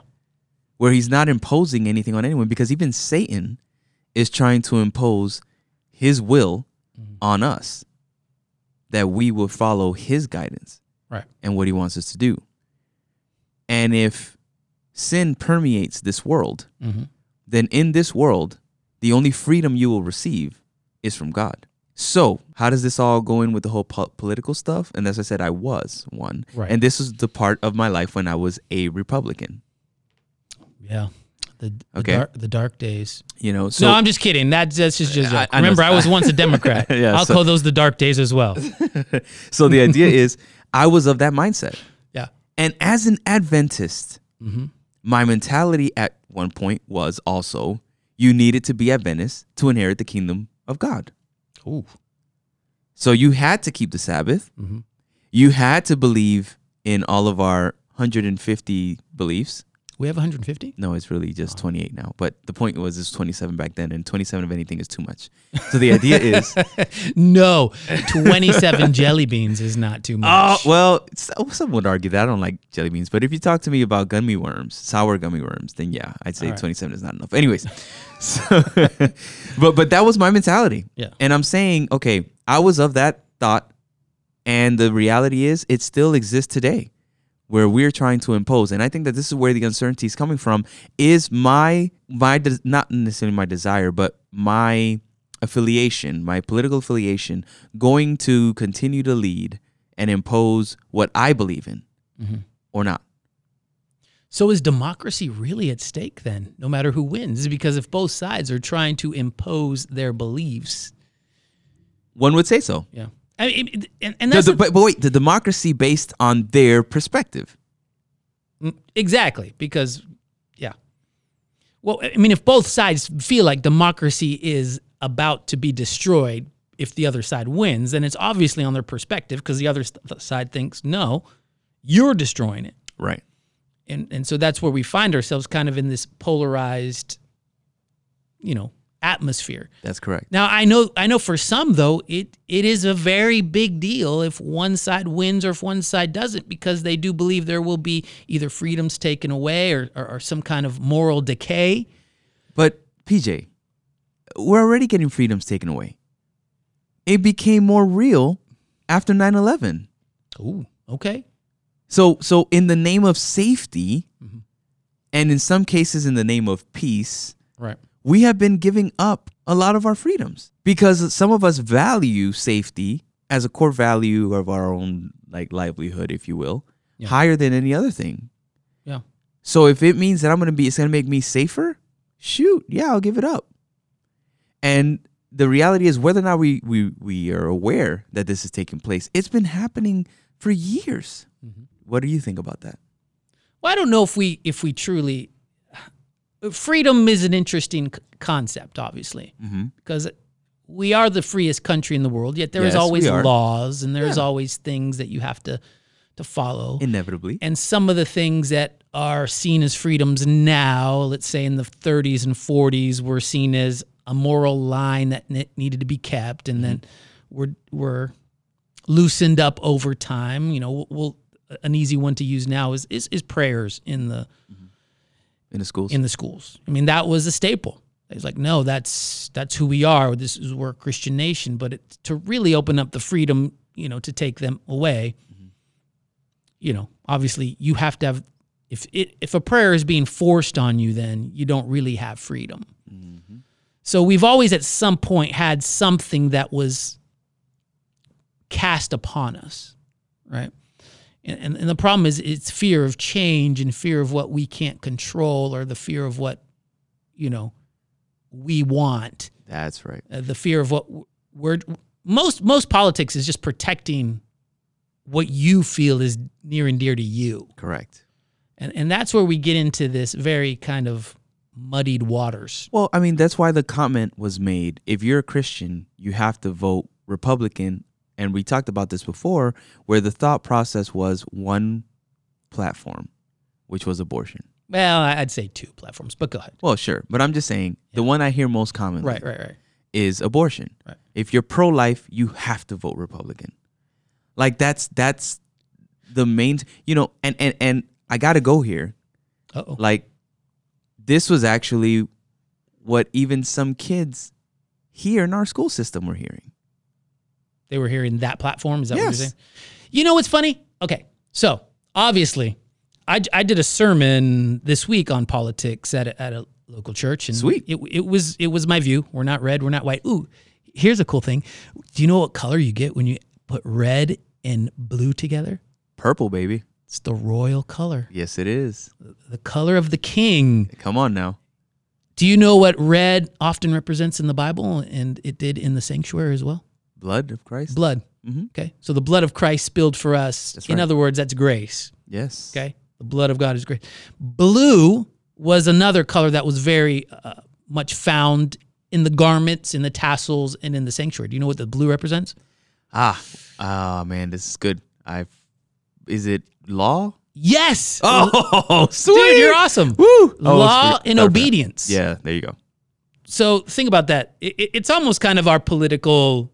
[SPEAKER 1] Where he's not imposing anything on anyone because even Satan is trying to impose his will
[SPEAKER 2] Mm-hmm.
[SPEAKER 1] on us that we will follow his guidance
[SPEAKER 2] Right.
[SPEAKER 1] and what he wants us to do. And if sin permeates this world,
[SPEAKER 2] Mm-hmm.
[SPEAKER 1] then in this world, the only freedom you will receive is from God. So, how does this all go in with the whole po- political stuff? And as I said, I was one.
[SPEAKER 2] Right.
[SPEAKER 1] And this is the part of my life when I was a Republican,
[SPEAKER 2] Yeah. The, the
[SPEAKER 1] Okay.
[SPEAKER 2] Dark, the dark days.
[SPEAKER 1] you know? So,
[SPEAKER 2] no, I'm just kidding. That's that's just, just a
[SPEAKER 1] I-
[SPEAKER 2] joke.
[SPEAKER 1] I know-
[SPEAKER 2] remember I was once a Democrat.
[SPEAKER 1] Yeah,
[SPEAKER 2] I'll
[SPEAKER 1] so-
[SPEAKER 2] call those the dark days as well.
[SPEAKER 1] so the idea is I was of that mindset.
[SPEAKER 2] Yeah.
[SPEAKER 1] And as an Adventist, my mentality at one point was also you needed to be Adventist to inherit the kingdom of God.
[SPEAKER 2] Ooh.
[SPEAKER 1] So you had to keep the Sabbath.
[SPEAKER 2] Mhm.
[SPEAKER 1] You had to believe in all of our 150 beliefs.
[SPEAKER 2] We have 150.
[SPEAKER 1] No, it's really just 28 now. But the point was it's 27 back then, and 27 of anything is too much. So the idea is,
[SPEAKER 2] No, 27 jelly beans is not too
[SPEAKER 1] oh,
[SPEAKER 2] much.
[SPEAKER 1] well, s- some would argue that I don't like jelly beans. But if you talk to me about gummy worms, sour gummy worms, then yeah, I'd say
[SPEAKER 2] All right.
[SPEAKER 1] 27 is not enough. Anyways, so, but but that was my mentality.
[SPEAKER 2] Yeah.
[SPEAKER 1] And I'm saying, okay, I was of that thought, and the reality is it still exists today where we're trying to impose. And I think that this is where the uncertainty is coming from is my my des- not necessarily my desire, but my affiliation, my political affiliation going to continue to lead and impose what I believe in or not.
[SPEAKER 2] So is democracy really at stake then, no matter who wins? Because if both sides are trying to impose their beliefs,
[SPEAKER 1] One would say so.
[SPEAKER 2] yeah. I mean, it- and, and
[SPEAKER 1] The-
[SPEAKER 2] that's
[SPEAKER 1] the-
[SPEAKER 2] the-
[SPEAKER 1] but, but wait, the democracy based on their perspective.
[SPEAKER 2] Mm, Exactly, because yeah. Well, I mean, if both sides feel like democracy is about to be destroyed if the other side wins, then it's obviously on their perspective because the other s- side thinks no, you're destroying it,
[SPEAKER 1] Right.
[SPEAKER 2] and and so that's where we find ourselves kind of in this polarized, you know, atmosphere.
[SPEAKER 1] That's correct.
[SPEAKER 2] Now I know I know for some though it it is a very big deal if one side wins or if one side doesn't because they do believe there will be either freedoms taken away or, or, or some kind of moral decay.
[SPEAKER 1] But PJ, we're already getting freedoms taken away. It became more real after 9 11.
[SPEAKER 2] Ooh, okay.
[SPEAKER 1] So, so in the name of safety, and in some cases in the name of peace,
[SPEAKER 2] Right.
[SPEAKER 1] we have been giving up a lot of our freedoms because some of us value safety as a core value of our own like livelihood, if you will,
[SPEAKER 2] Yeah.
[SPEAKER 1] higher than any other thing.
[SPEAKER 2] Yeah.
[SPEAKER 1] So if it means that I'm gonna be, it's gonna make me safer. Shoot, yeah, I'll give it up. And the reality is, whether or not we we we are aware that this is taking place, it's been happening for years. What do you think about that?
[SPEAKER 2] Well, I don't know if we if we truly freedom is an interesting c- concept obviously because we are the freest country in the world yet there
[SPEAKER 1] Yes,
[SPEAKER 2] is
[SPEAKER 1] we
[SPEAKER 2] always
[SPEAKER 1] are.
[SPEAKER 2] laws and there's always things that you have to to follow.
[SPEAKER 1] Inevitably,
[SPEAKER 2] and some of the things that are seen as freedoms now, let's say in the 30s and 40s, were seen as a moral line that ne- needed to be kept, and then were were loosened up over time. You know, we'll, we'll an easy one to use now is is, is prayers in the
[SPEAKER 1] in the schools.
[SPEAKER 2] in the schools. I mean, that was a staple. It's like, no, that's that's who we are. This is we're a Christian nation. But it, to really open up the freedom, you know, to take them away, you know, obviously you have to have. If it, if a prayer is being forced on you, then you don't really have freedom. So we've always, at some point, had something that was cast upon us, right? And, and, and the problem is it's fear of change and fear of what we can't control or the fear of what, you know, we want,
[SPEAKER 1] That's right.
[SPEAKER 2] uh, the fear of what w- we're most most politics is just protecting what you feel is near and dear to you.
[SPEAKER 1] Correct.
[SPEAKER 2] And and that's where we get into this very kind of muddied waters.
[SPEAKER 1] Well, I mean, that's why the comment was made. If you're a Christian, you have to vote Republican. And we talked about this before, where the thought process was one platform, which was abortion.
[SPEAKER 2] Well, I- I'd say two platforms, but go ahead.
[SPEAKER 1] Well, sure. But I'm just saying the one I hear most commonly
[SPEAKER 2] Right, right, right.
[SPEAKER 1] is abortion.
[SPEAKER 2] Right.
[SPEAKER 1] If you're pro life, you have to vote Republican. Like that's that's the main you know, and and, and I gotta go here
[SPEAKER 2] Uh-oh.
[SPEAKER 1] like this was actually what even some kids here in our school system were hearing.
[SPEAKER 2] They were hearing that platform. Is that what
[SPEAKER 1] Yes.
[SPEAKER 2] you're saying? You know what's funny? Okay. So obviously, I, I did a sermon this week on politics at a, at a local church. And
[SPEAKER 1] Sweet.
[SPEAKER 2] It, it was it was my view. We're not red. We're not white. Ooh, here's a cool thing. Do you know what color you get when you put red and blue together?
[SPEAKER 1] Purple baby.
[SPEAKER 2] It's the royal color,
[SPEAKER 1] Yes, it is.
[SPEAKER 2] the color of the king.
[SPEAKER 1] Come on now.
[SPEAKER 2] Do you know what red often represents in the Bible? And it did in the sanctuary as well?
[SPEAKER 1] Blood of Christ.
[SPEAKER 2] Blood.
[SPEAKER 1] Mhm.
[SPEAKER 2] Okay. So the blood of Christ spilled for us.
[SPEAKER 1] That's
[SPEAKER 2] in
[SPEAKER 1] right.
[SPEAKER 2] other words, that's grace.
[SPEAKER 1] Yes.
[SPEAKER 2] Okay. The blood of God is grace. Blue was another color that was very uh, much found in the garments, in the tassels, and in the sanctuary. Do you know what the blue represents?
[SPEAKER 1] Ah. Ah man, this is good. I is it law?
[SPEAKER 2] Yes.
[SPEAKER 1] Oh, sweet.
[SPEAKER 2] Dude, you're awesome.
[SPEAKER 1] Woo. Oh,
[SPEAKER 2] Law
[SPEAKER 1] screw-
[SPEAKER 2] and
[SPEAKER 1] sorry for that.
[SPEAKER 2] obedience.
[SPEAKER 1] Yeah, there you go.
[SPEAKER 2] So think about that. It, it- it's almost kind of our political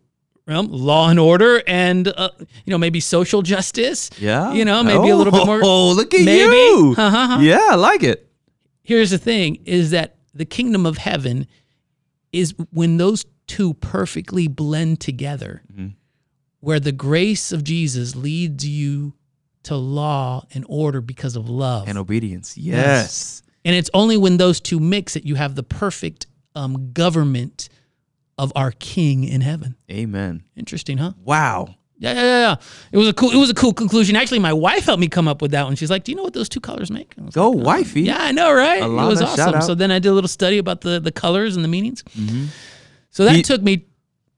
[SPEAKER 2] realm, law and order, and uh, you know maybe social justice.
[SPEAKER 1] Yeah.
[SPEAKER 2] You know maybe a little bit more.
[SPEAKER 1] Oh, look at
[SPEAKER 2] Maybe.
[SPEAKER 1] you.
[SPEAKER 2] Uh-huh.
[SPEAKER 1] Yeah, I like it.
[SPEAKER 2] here's the thing is that the kingdom of heaven is when those two perfectly blend together
[SPEAKER 1] Mhm.
[SPEAKER 2] where the grace of jesus leads you to law and order because of love
[SPEAKER 1] And
[SPEAKER 2] and,
[SPEAKER 1] obedience.
[SPEAKER 2] Yes.
[SPEAKER 1] Yes.
[SPEAKER 2] it's only when those two mix that you have the perfect um, government of our king in heaven
[SPEAKER 1] Amen.
[SPEAKER 2] interesting huh
[SPEAKER 1] Wow.
[SPEAKER 2] yeah yeah yeah yeah it was a cool it was a cool conclusion actually my wife helped me come up with that one she's like do you know what those two colors make And I was
[SPEAKER 1] Go
[SPEAKER 2] like, "Oh,
[SPEAKER 1] wifey.
[SPEAKER 2] yeah, I know, right? It
[SPEAKER 1] Alana,
[SPEAKER 2] was
[SPEAKER 1] shout
[SPEAKER 2] awesome.
[SPEAKER 1] out.
[SPEAKER 2] So then I did a little study about the the colors and the meanings.
[SPEAKER 1] Mm-hmm.
[SPEAKER 2] So that
[SPEAKER 1] He-
[SPEAKER 2] took me.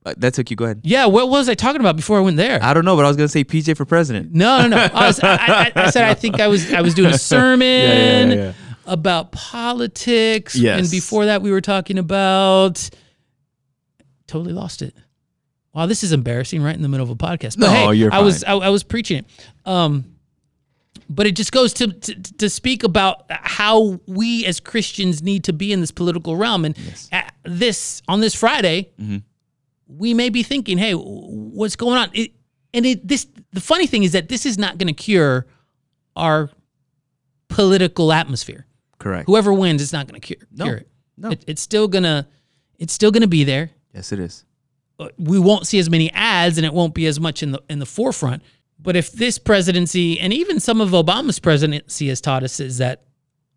[SPEAKER 1] Uh, that took you. Go ahead.
[SPEAKER 2] Yeah, what was I talking about before I went there?
[SPEAKER 1] I don't know, but I was gonna say PJ for president.
[SPEAKER 2] no, no, no. I, was, I, I, I said I think I was I was doing a sermon
[SPEAKER 1] yeah.
[SPEAKER 2] about politics, and
[SPEAKER 1] Yes.
[SPEAKER 2] before that we were talking about. Totally lost it. Wow, this is embarrassing. Right in the middle of a podcast. But
[SPEAKER 1] No,
[SPEAKER 2] hey,
[SPEAKER 1] you're
[SPEAKER 2] I was I, I was preaching it. Um, but it just goes to, to to speak about how we as Christians need to be in this political realm. And at this on this Friday,
[SPEAKER 1] Mm-hmm.
[SPEAKER 2] we may be thinking, "Hey, what's going on?" It, and it this the funny thing is that this is not going to cure our political atmosphere.
[SPEAKER 1] Correct.
[SPEAKER 2] Whoever wins, it's not going to cure,
[SPEAKER 1] No,
[SPEAKER 2] cure it.
[SPEAKER 1] no.
[SPEAKER 2] It- It's still gonna it's still gonna be there
[SPEAKER 1] Yes, it is.
[SPEAKER 2] uh, we won't see as many ads and it won't be as much in the in the forefront. But if this presidency and even some of Obama's presidency has taught us is that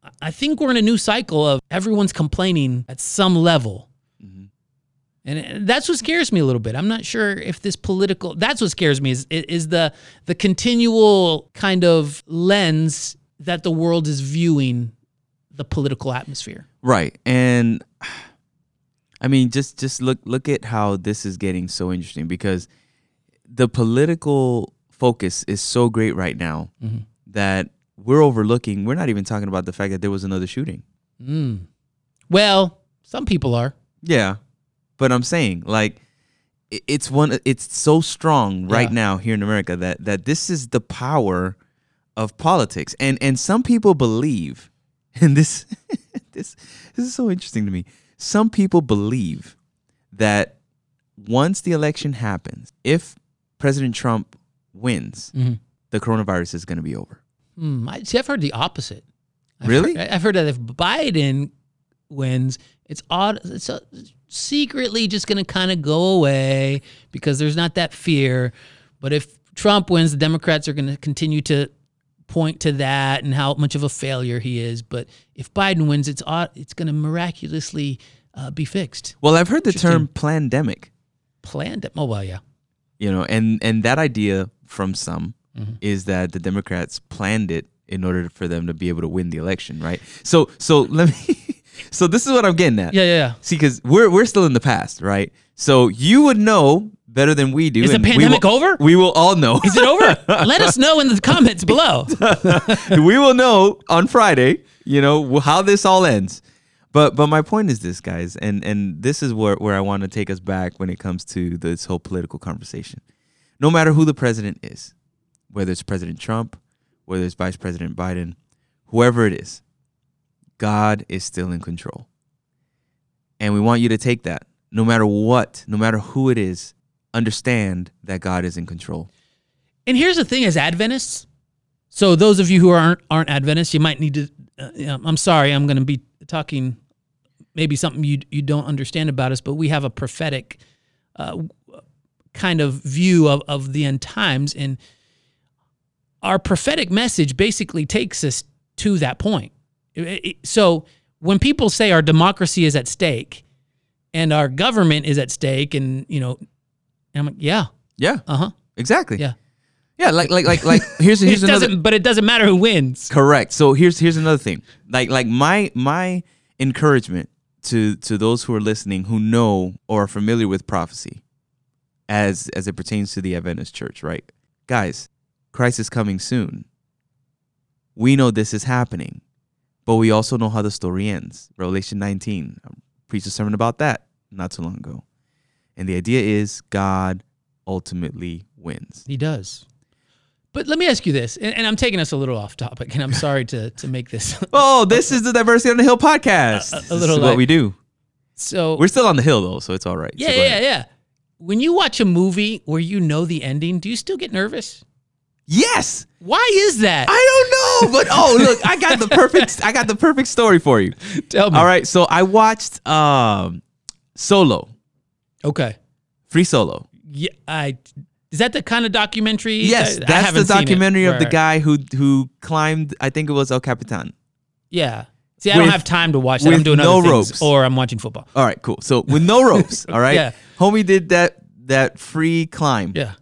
[SPEAKER 2] I- I think we're in a new cycle of everyone's complaining at some level. And- And that's what scares me a little bit. I'm not sure if this political that's what scares me is is the the continual kind of lens that the world is viewing the political atmosphere.
[SPEAKER 1] Right, and I mean, just just look look at how this is getting so interesting because the political focus is so great right now that we're overlooking. We're not even talking about the fact that there was another shooting.
[SPEAKER 2] Mm. Well, some people are.
[SPEAKER 1] Yeah, but I'm saying like i- it's one. It's so strong right
[SPEAKER 2] Yeah.
[SPEAKER 1] now here in America that that this is the power of politics, and and some people believe, and this this this is so interesting to me. some people believe that once the election happens, if President Trump wins,
[SPEAKER 2] Mhm.
[SPEAKER 1] the coronavirus is going to be over.
[SPEAKER 2] Hmm, I, see, I've heard the opposite. I've
[SPEAKER 1] Really?
[SPEAKER 2] heard- I've heard that if Biden wins, it's odd. It's uh secretly just going to kind of go away because there's not that fear. But if Trump wins, the Democrats are going to continue to point to that and how much of a failure he is. But if Biden wins, it's odd. It's going to miraculously uh, be fixed.
[SPEAKER 1] Well, I've heard the term pandemic,
[SPEAKER 2] Planned. Oh well, yeah.
[SPEAKER 1] you know, and and that idea from some
[SPEAKER 2] Mm-hmm.
[SPEAKER 1] is that the Democrats planned it in order for them to be able to win the election, right? So so let me so this is what I'm getting at.
[SPEAKER 2] Yeah, yeah, yeah.
[SPEAKER 1] See, because we're we're still in the past, right? So you would know better than we do.
[SPEAKER 2] Is the
[SPEAKER 1] and we
[SPEAKER 2] pandemic
[SPEAKER 1] will-
[SPEAKER 2] over?
[SPEAKER 1] We will all know.
[SPEAKER 2] Is it over? Let us know in the comments below.
[SPEAKER 1] we will know on Friday, you know, wh- how this all ends. But but my point is this, guys, and and this is where where I want to take us back when it comes to this whole political conversation. No matter who the president is, whether it's President Trump, whether it's Vice President Biden, whoever it is, God is still in control. And we want you to take that. No matter what, no matter who it is, understand that God is in control.
[SPEAKER 2] And here's the thing: as Adventists, so those of you who aren't aren't Adventists, you might need to. Uh, yeah, I'm sorry, I'm going to be talking maybe something you you don't understand about us, but we have a prophetic uh, w- kind of view of of the end times, and our prophetic message basically takes us to that point. It- it- so when people say our democracy is at stake and our government is at stake, and you know, I'm like, yeah,
[SPEAKER 1] Yeah,
[SPEAKER 2] uh huh.
[SPEAKER 1] exactly.
[SPEAKER 2] Yeah.
[SPEAKER 1] Yeah, like like like like here's
[SPEAKER 2] It
[SPEAKER 1] here's another
[SPEAKER 2] doesn't, but it doesn't matter who wins.
[SPEAKER 1] Correct. So here's here's another thing. Like like my my encouragement to to those who are listening who know or are familiar with prophecy as as it pertains to the Adventist church, right? Guys, Christ is coming soon. We know this is happening, but we also know how the story ends. Revelation 19. I preached a sermon about that not too long ago. And the idea is God ultimately wins.
[SPEAKER 2] He does. But let me ask you this, and, and I'm taking us a little off topic, and I'm sorry to to make this
[SPEAKER 1] Oh, this is the Diversity on the Hill podcast.
[SPEAKER 2] A- a- a
[SPEAKER 1] This
[SPEAKER 2] little
[SPEAKER 1] is what
[SPEAKER 2] like-
[SPEAKER 1] we do.
[SPEAKER 2] so.
[SPEAKER 1] We're still on the hill though, so it's all right.
[SPEAKER 2] yeah, yeah, yeah, yeah. When you watch a movie where you know the ending, do you still get nervous?
[SPEAKER 1] Yes,
[SPEAKER 2] Why is that?
[SPEAKER 1] I don't know, but oh look, I got the perfect, I got the perfect story for you.
[SPEAKER 2] Tell me.
[SPEAKER 1] All right, so I watched um, Solo,
[SPEAKER 2] Okay.
[SPEAKER 1] Free Solo.
[SPEAKER 2] Yeah. I. Is that the kind of documentary?
[SPEAKER 1] Yes,
[SPEAKER 2] I- I
[SPEAKER 1] that's the
[SPEAKER 2] haven't seen it.
[SPEAKER 1] documentary of
[SPEAKER 2] Right,
[SPEAKER 1] the
[SPEAKER 2] right.
[SPEAKER 1] guy who who climbed. I think it was El Capitan.
[SPEAKER 2] Yeah. See, I don't
[SPEAKER 1] with-
[SPEAKER 2] have time to watch that.
[SPEAKER 1] with
[SPEAKER 2] I'm doing
[SPEAKER 1] no
[SPEAKER 2] other things,
[SPEAKER 1] ropes.
[SPEAKER 2] or I'm watching football.
[SPEAKER 1] All right, cool. So with no ropes, all right.
[SPEAKER 2] Yeah.
[SPEAKER 1] Homie did that that free climb.
[SPEAKER 2] Yeah.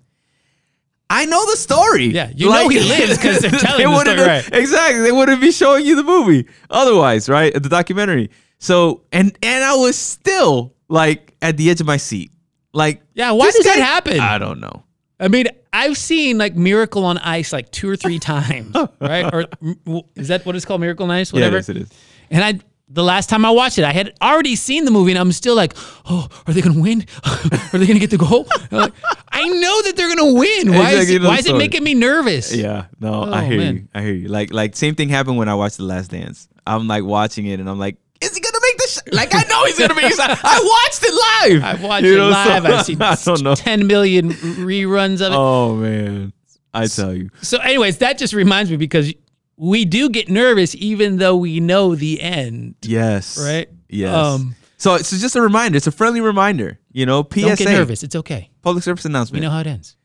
[SPEAKER 1] I know the story.
[SPEAKER 2] Yeah, you know he lives 'cause they're telling the
[SPEAKER 1] wouldn't
[SPEAKER 2] story,
[SPEAKER 1] have- Exactly. They wouldn't be showing you the movie otherwise, right? The documentary. So and and I was still like at the edge of my seat. Like
[SPEAKER 2] Yeah, why
[SPEAKER 1] this
[SPEAKER 2] does that happen?
[SPEAKER 1] I don't know.
[SPEAKER 2] I mean, I've seen like Miracle on Ice like two or three times, right? Or m- w- is that what it's called, Miracle on Ice?
[SPEAKER 1] Yeah,
[SPEAKER 2] Whatever.
[SPEAKER 1] it is, it is.
[SPEAKER 2] And I, the last time I watched it, I had already seen the movie, and I'm still like, oh, are they gonna win? are they gonna get the goal? I'm like, I know that they're gonna win. Why
[SPEAKER 1] Exactly,
[SPEAKER 2] is it,
[SPEAKER 1] you know
[SPEAKER 2] why
[SPEAKER 1] the
[SPEAKER 2] is it
[SPEAKER 1] story.
[SPEAKER 2] making me nervous?
[SPEAKER 1] Yeah. No, I
[SPEAKER 2] Oh,
[SPEAKER 1] hear
[SPEAKER 2] man.
[SPEAKER 1] you. I hear you. Like like same thing happened when I watched The Last Dance. I'm like watching it and I'm like, is he gonna make this? Sh-? Like I know he's gonna make this. I watched it live.
[SPEAKER 2] I've watched
[SPEAKER 1] You
[SPEAKER 2] it
[SPEAKER 1] know, so-
[SPEAKER 2] live. I've seen
[SPEAKER 1] I don't know.
[SPEAKER 2] 10 million reruns of it.
[SPEAKER 1] Oh man, I tell you.
[SPEAKER 2] So, anyways, that just reminds me because we do get nervous even though we know the end.
[SPEAKER 1] Yes.
[SPEAKER 2] Right?
[SPEAKER 1] Yes.
[SPEAKER 2] Um,
[SPEAKER 1] so it's just a reminder. It's a friendly reminder. You know, PSA,
[SPEAKER 2] Don't get nervous. It's okay.
[SPEAKER 1] public service announcement.
[SPEAKER 2] We know how it ends.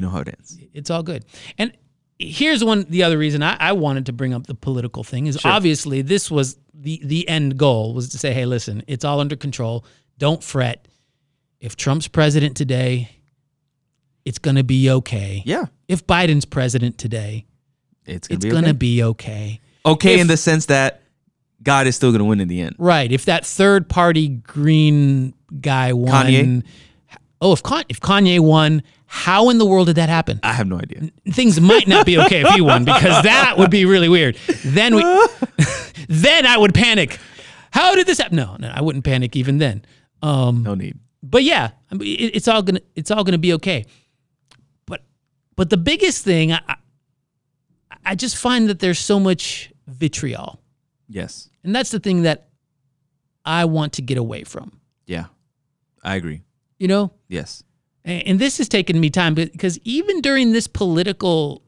[SPEAKER 1] how it ends.
[SPEAKER 2] it's all good. And here's one the other reason I, I wanted to bring up the political thing is obviously this was the the end goal was to say, hey, listen, it's all under control. Don't fret. If Trump's president today, it's gonna be okay.
[SPEAKER 1] Yeah,
[SPEAKER 2] If Biden's president today,
[SPEAKER 1] it's gonna
[SPEAKER 2] it's
[SPEAKER 1] be
[SPEAKER 2] gonna
[SPEAKER 1] okay,
[SPEAKER 2] be okay.
[SPEAKER 1] okay
[SPEAKER 2] if-
[SPEAKER 1] in the sense that God is still gonna win in the end.
[SPEAKER 2] Right. If that third party green guy won
[SPEAKER 1] Kanye?
[SPEAKER 2] Oh, if Con- if Kanye won, how in the world did that happen?
[SPEAKER 1] I have no idea.
[SPEAKER 2] things might not be okay if he won because that would be really weird. Then we, then I would panic. How did this happen? No, no, I wouldn't panic even then. Um,
[SPEAKER 1] No need.
[SPEAKER 2] but yeah, I mean, it, it's all gonna it's all gonna be okay. But but the biggest thing, I, I- I just find that there's so much vitriol,
[SPEAKER 1] Yes.
[SPEAKER 2] and that's the thing that I want to get away from.
[SPEAKER 1] Yeah. I agree.
[SPEAKER 2] You know,
[SPEAKER 1] Yes.
[SPEAKER 2] and, and this has taken me time because even during this political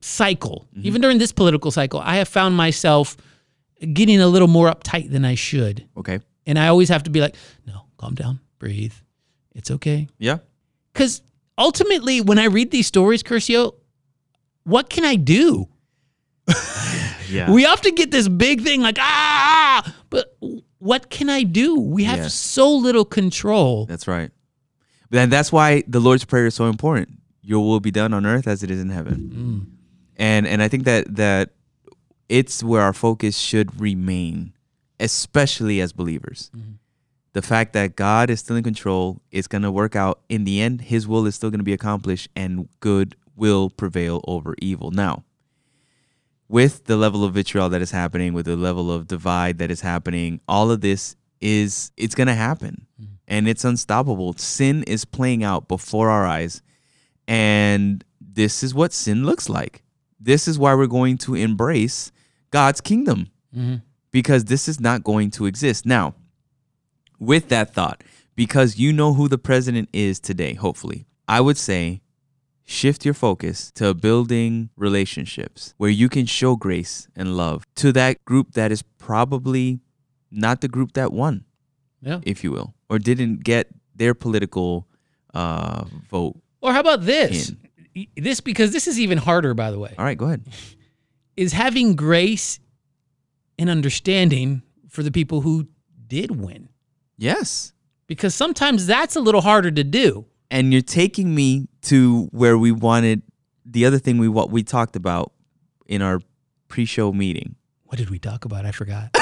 [SPEAKER 2] cycle,
[SPEAKER 1] Mm-hmm.
[SPEAKER 2] even during this political cycle, I have found myself getting a little more uptight than I should,
[SPEAKER 1] Okay.
[SPEAKER 2] and I always have to be like, "No, calm down, breathe, it's okay."
[SPEAKER 1] Yeah.
[SPEAKER 2] Because ultimately, when I read these stories, Curcio, what can I do?
[SPEAKER 1] Yeah.
[SPEAKER 2] We often get this big thing like, ah, ah," but what can I do? We have
[SPEAKER 1] Yeah.
[SPEAKER 2] so little control.
[SPEAKER 1] That's right. But then that's why the Lord's Prayer is so important. Your will be done on earth as it is in heaven. And and I think that that it's where our focus should remain, especially as believers. The fact that God is still in control, it's gonna work out. In the end, his will is still gonna be accomplished and good will prevail over evil. Now, with the level of vitriol that is happening, with the level of divide that is happening, all of this is it's going to happen and it's unstoppable. Sin is playing out before our eyes and this is what sin looks like. This is why we're going to embrace God's kingdom
[SPEAKER 2] Mm-hmm.
[SPEAKER 1] because this is not going to exist. Now, with that thought, because you know who the president is today, hopefully, I would say Shift your focus to building relationships where you can show grace and love to that group that is probably not the group that won,
[SPEAKER 2] Yeah.
[SPEAKER 1] if you will, or didn't get their political uh, vote.
[SPEAKER 2] Or how about this? This because this is even harder, by the way,
[SPEAKER 1] All right, go ahead.
[SPEAKER 2] is having grace and understanding for the people who did win.
[SPEAKER 1] Yes.
[SPEAKER 2] Because sometimes that's a little harder to do.
[SPEAKER 1] And you're taking me to where we wanted the other thing we what we talked about in our pre-show meeting.
[SPEAKER 2] What did we talk about? I forgot.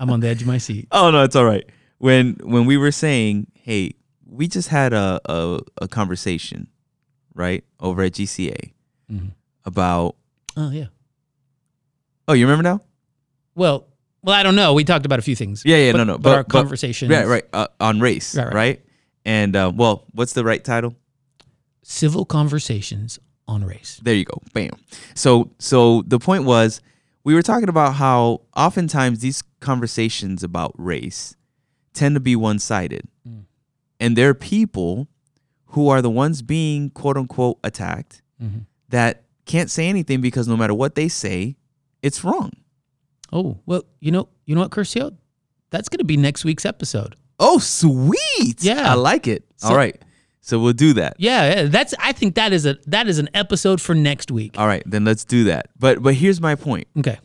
[SPEAKER 2] I'm on the edge of my seat.
[SPEAKER 1] Oh no, it's all right. When when we were saying, hey, we just had a a, a conversation, right, over at GCA Mm-hmm.
[SPEAKER 2] Mhm.
[SPEAKER 1] about.
[SPEAKER 2] Oh yeah.
[SPEAKER 1] Oh, you remember now?
[SPEAKER 2] Well, well, I don't know. We talked about a few things.
[SPEAKER 1] Yeah, yeah,
[SPEAKER 2] But-
[SPEAKER 1] no, no.
[SPEAKER 2] But, our conversation.
[SPEAKER 1] Yeah, right. Uh, on race,
[SPEAKER 2] Right,
[SPEAKER 1] right?
[SPEAKER 2] right.
[SPEAKER 1] And uh, well, what's the right title?
[SPEAKER 2] Civil conversations on race.
[SPEAKER 1] There you go. Bam. So so the point was we were talking about how oftentimes these conversations about race tend to be one-sided.
[SPEAKER 2] Mm.
[SPEAKER 1] And there are people who are the ones being quote unquote attacked
[SPEAKER 2] Mhm.
[SPEAKER 1] that can't say anything because no matter what they say, it's wrong.
[SPEAKER 2] Oh well, you know, you know what, Curcio? That's going to be next week's episode.
[SPEAKER 1] Oh, sweet.
[SPEAKER 2] Yeah.
[SPEAKER 1] I like it.
[SPEAKER 2] So-
[SPEAKER 1] All right. So we'll do that.
[SPEAKER 2] Yeah, yeah, that's. I think that is a that is an episode for next week.
[SPEAKER 1] All right, then let's do that. But but here's my point.
[SPEAKER 2] Okay.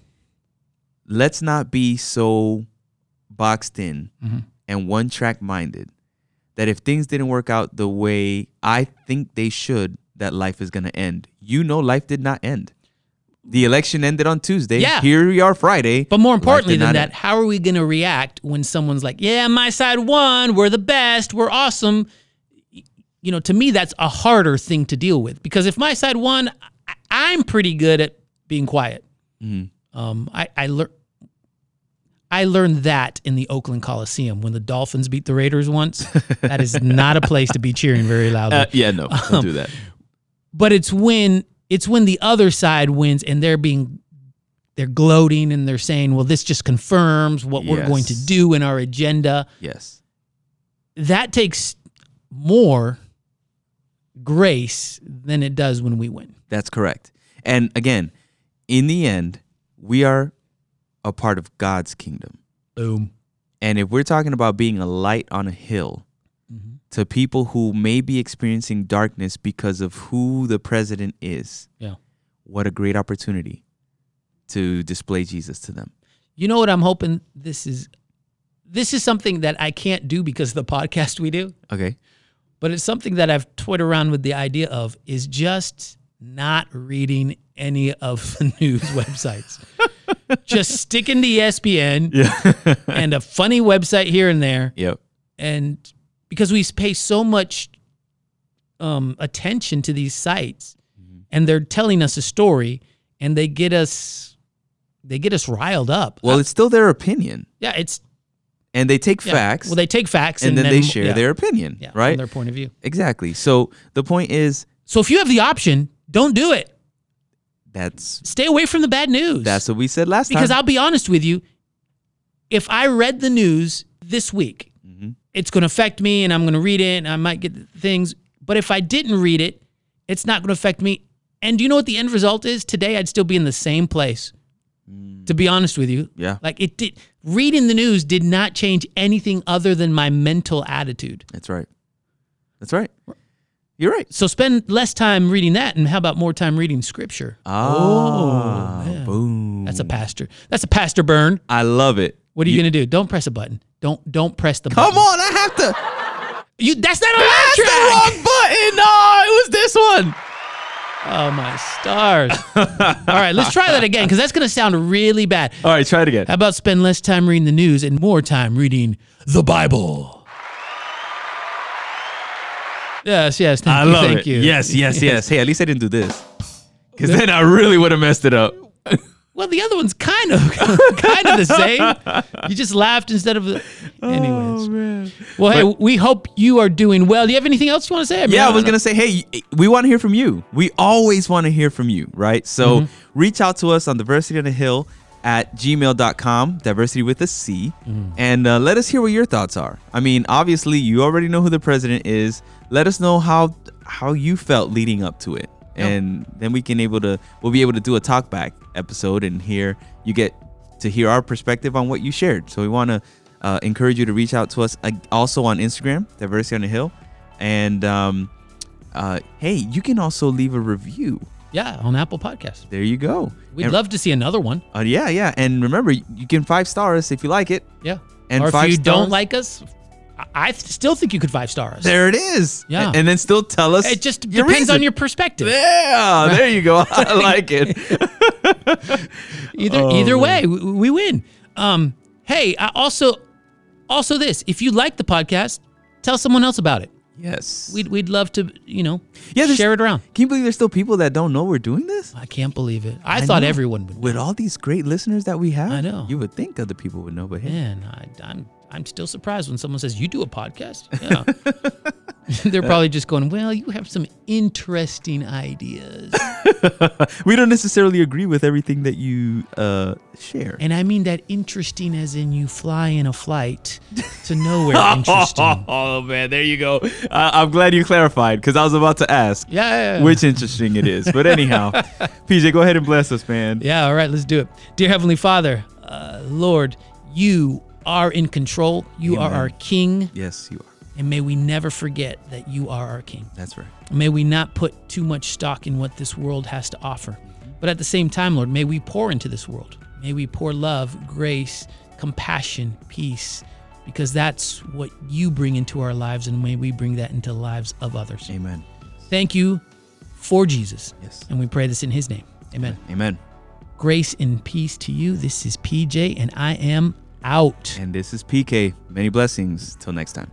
[SPEAKER 1] let's not be so boxed in
[SPEAKER 2] Mhm.
[SPEAKER 1] and one track minded that if things didn't work out the way I think they should, that life is going to end. You know, life did not end. The election ended on Tuesday.
[SPEAKER 2] Yeah.
[SPEAKER 1] Here we are Friday.
[SPEAKER 2] But more
[SPEAKER 1] Life
[SPEAKER 2] importantly
[SPEAKER 1] did
[SPEAKER 2] than
[SPEAKER 1] not
[SPEAKER 2] that,
[SPEAKER 1] end.
[SPEAKER 2] how are we going to react when someone's like, "Yeah, my side won. We're the best. We're awesome." Y- You know, to me, that's a harder thing to deal with because if my side won, I- I'm pretty good at being quiet.
[SPEAKER 1] Mhm.
[SPEAKER 2] Um, I I learned. I learned that in the Oakland Coliseum when the Dolphins beat the Raiders once. That is not a place to be cheering very loudly.
[SPEAKER 1] Uh, yeah, no, don't do that.
[SPEAKER 2] but it's when it's when the other side wins and they're being they're gloating and they're saying well this just confirms what we're going to
[SPEAKER 1] Yes.
[SPEAKER 2] do in our agenda
[SPEAKER 1] Yes.
[SPEAKER 2] that takes more grace than it does when we win
[SPEAKER 1] That's correct. And again, in the end, we are a part of God's kingdom.
[SPEAKER 2] boom
[SPEAKER 1] And if we're talking about being a light on a hill
[SPEAKER 2] Mm-hmm.
[SPEAKER 1] to people who may be experiencing darkness because of who the president is,
[SPEAKER 2] yeah
[SPEAKER 1] what a great opportunity to display Jesus to them.
[SPEAKER 2] you know what i'm hoping this is this is something that i can't do because of the podcast we do
[SPEAKER 1] Okay.
[SPEAKER 2] but it's something that I've toyed around with the idea of is just not reading any of the news websites. just sticking to E ESPN
[SPEAKER 1] Yeah.
[SPEAKER 2] and a funny website here and there.
[SPEAKER 1] yep.
[SPEAKER 2] And because we pay so much um, attention to these sites
[SPEAKER 1] Mm-hmm.
[SPEAKER 2] and they're telling us a story and they get us they get us riled up.
[SPEAKER 1] Well,
[SPEAKER 2] Uh,
[SPEAKER 1] it's still their opinion,
[SPEAKER 2] yeah, it's
[SPEAKER 1] and they take
[SPEAKER 2] yeah.
[SPEAKER 1] facts,
[SPEAKER 2] Well, they take facts
[SPEAKER 1] and,
[SPEAKER 2] and,
[SPEAKER 1] then, they share
[SPEAKER 2] yeah,
[SPEAKER 1] their opinion,
[SPEAKER 2] yeah, from
[SPEAKER 1] right?
[SPEAKER 2] their point of view.
[SPEAKER 1] Exactly. So the point is,
[SPEAKER 2] So if you have the option, don't do it.
[SPEAKER 1] that's
[SPEAKER 2] stay away from the bad news.
[SPEAKER 1] that's what we said last
[SPEAKER 2] because
[SPEAKER 1] time.
[SPEAKER 2] I'll be honest with you, if I read the news this week,
[SPEAKER 1] Mm-hmm.
[SPEAKER 2] it's going to affect me and I'm going to read it and I might get things. But if I didn't read it, it's not going to affect me. And do you know what the end result is? Today, I'd still be in the same place, to be honest with you.
[SPEAKER 1] Mm. Yeah.
[SPEAKER 2] Like it did, reading the news did not change anything other than my mental attitude.
[SPEAKER 1] That's right. That's right. You're right.
[SPEAKER 2] So spend less time reading that and how about more time reading scripture? Oh.
[SPEAKER 1] Ah, boom.
[SPEAKER 2] That's a pastor. That's a pastor burn.
[SPEAKER 1] I love it.
[SPEAKER 2] What are you, going to do? Don't press a button. Don't don't press the
[SPEAKER 1] Come
[SPEAKER 2] button.
[SPEAKER 1] on, I have to.
[SPEAKER 2] You that's not a laugh
[SPEAKER 1] That's the
[SPEAKER 2] track.
[SPEAKER 1] wrong button. No, it was this one.
[SPEAKER 2] Oh my stars! All right, let's try that again because that's going to sound really bad.
[SPEAKER 1] All right, try it again.
[SPEAKER 2] How about spend less time reading the news and more time reading the Bible? Yes, yes. Thank
[SPEAKER 1] I
[SPEAKER 2] you,
[SPEAKER 1] love
[SPEAKER 2] thank
[SPEAKER 1] it.
[SPEAKER 2] you.
[SPEAKER 1] Yes, yes, yes. Hey, at least I didn't do this, because then I really would have messed it up.
[SPEAKER 2] Well, the other one's kind of kind of the same. You just laughed instead of. Anyways,
[SPEAKER 1] Oh, man.
[SPEAKER 2] well, hey, we hope you are doing well. Do you have anything else you want to say? mean,
[SPEAKER 1] Yeah, I
[SPEAKER 2] don't
[SPEAKER 1] was
[SPEAKER 2] know.
[SPEAKER 1] gonna say, hey, we want to hear from you. We always want to hear from you, right? So reach out to us on diversity on the hill at gmail.com, diversity with a C, and uh, let us hear what your thoughts are. I mean, obviously, you already know who the president is. Let us know how how you felt leading up to it, and then we can able to we'll be able to do a talk back episode and hear you get to hear our perspective on what you shared. So we want to uh, encourage you to reach out to us uh, also on Instagram, diversity on the hill. And um, uh, hey, you can also leave a review.
[SPEAKER 2] Yeah, on Apple Podcasts.
[SPEAKER 1] There you go.
[SPEAKER 2] We'd
[SPEAKER 1] And-
[SPEAKER 2] love to see another one.
[SPEAKER 1] uh, yeah, yeah. And remember, you can five stars if you like it.
[SPEAKER 2] Yeah.
[SPEAKER 1] And
[SPEAKER 2] or if
[SPEAKER 1] five
[SPEAKER 2] you
[SPEAKER 1] stars?
[SPEAKER 2] don't like us, I, I still think you could five stars.
[SPEAKER 1] There it is.
[SPEAKER 2] Yeah.
[SPEAKER 1] And, and then still tell us.
[SPEAKER 2] It just
[SPEAKER 1] your
[SPEAKER 2] depends on
[SPEAKER 1] reason.
[SPEAKER 2] your perspective.
[SPEAKER 1] Yeah, there you go. I like it.
[SPEAKER 2] Either either way, w- we win. Um, hey, I also also this. If you like the podcast, tell someone else about it.
[SPEAKER 1] Yes.
[SPEAKER 2] We'd we'd love to you know
[SPEAKER 1] Yeah, there's-
[SPEAKER 2] share it around.
[SPEAKER 1] can you believe there's still people that don't know we're doing this?
[SPEAKER 2] I can't believe it. I, thought
[SPEAKER 1] know.
[SPEAKER 2] everyone would.
[SPEAKER 1] With all these great listeners that we have,
[SPEAKER 2] I know.
[SPEAKER 1] You would think other people would know, but hey,
[SPEAKER 2] Man, I, I'm I'm still surprised when someone says you do a podcast. Yeah. They're probably just going, well, you have some interesting ideas.
[SPEAKER 1] we don't necessarily agree with everything that you uh, share.
[SPEAKER 2] And I mean that interesting as in you fly in a flight to nowhere interesting.
[SPEAKER 1] Oh man, there you go. Uh, I'm glad you clarified because I was about to ask
[SPEAKER 2] Yeah, yeah, yeah.
[SPEAKER 1] which interesting it is. But anyhow, PJ, go ahead and bless us, man.
[SPEAKER 2] Yeah, all right, let's do it. Dear Heavenly Father, uh, Lord, you are in control. You are
[SPEAKER 1] Amen.
[SPEAKER 2] our King.
[SPEAKER 1] Yes, you are.
[SPEAKER 2] And may we never forget that you are our King.
[SPEAKER 1] That's right.
[SPEAKER 2] May we not put too much stock in what this world has to offer. But at the same time, Lord, may we pour into this world. May we pour love, grace, compassion, peace, because that's what you bring into our lives, and may we bring that into the lives of others.
[SPEAKER 1] Amen.
[SPEAKER 2] Thank you for Jesus.
[SPEAKER 1] Yes.
[SPEAKER 2] And we pray this in his name. Amen.
[SPEAKER 1] Amen.
[SPEAKER 2] Grace and peace to you. This is PJ, and I am out.
[SPEAKER 1] And this is PK. Many blessings. Till next time.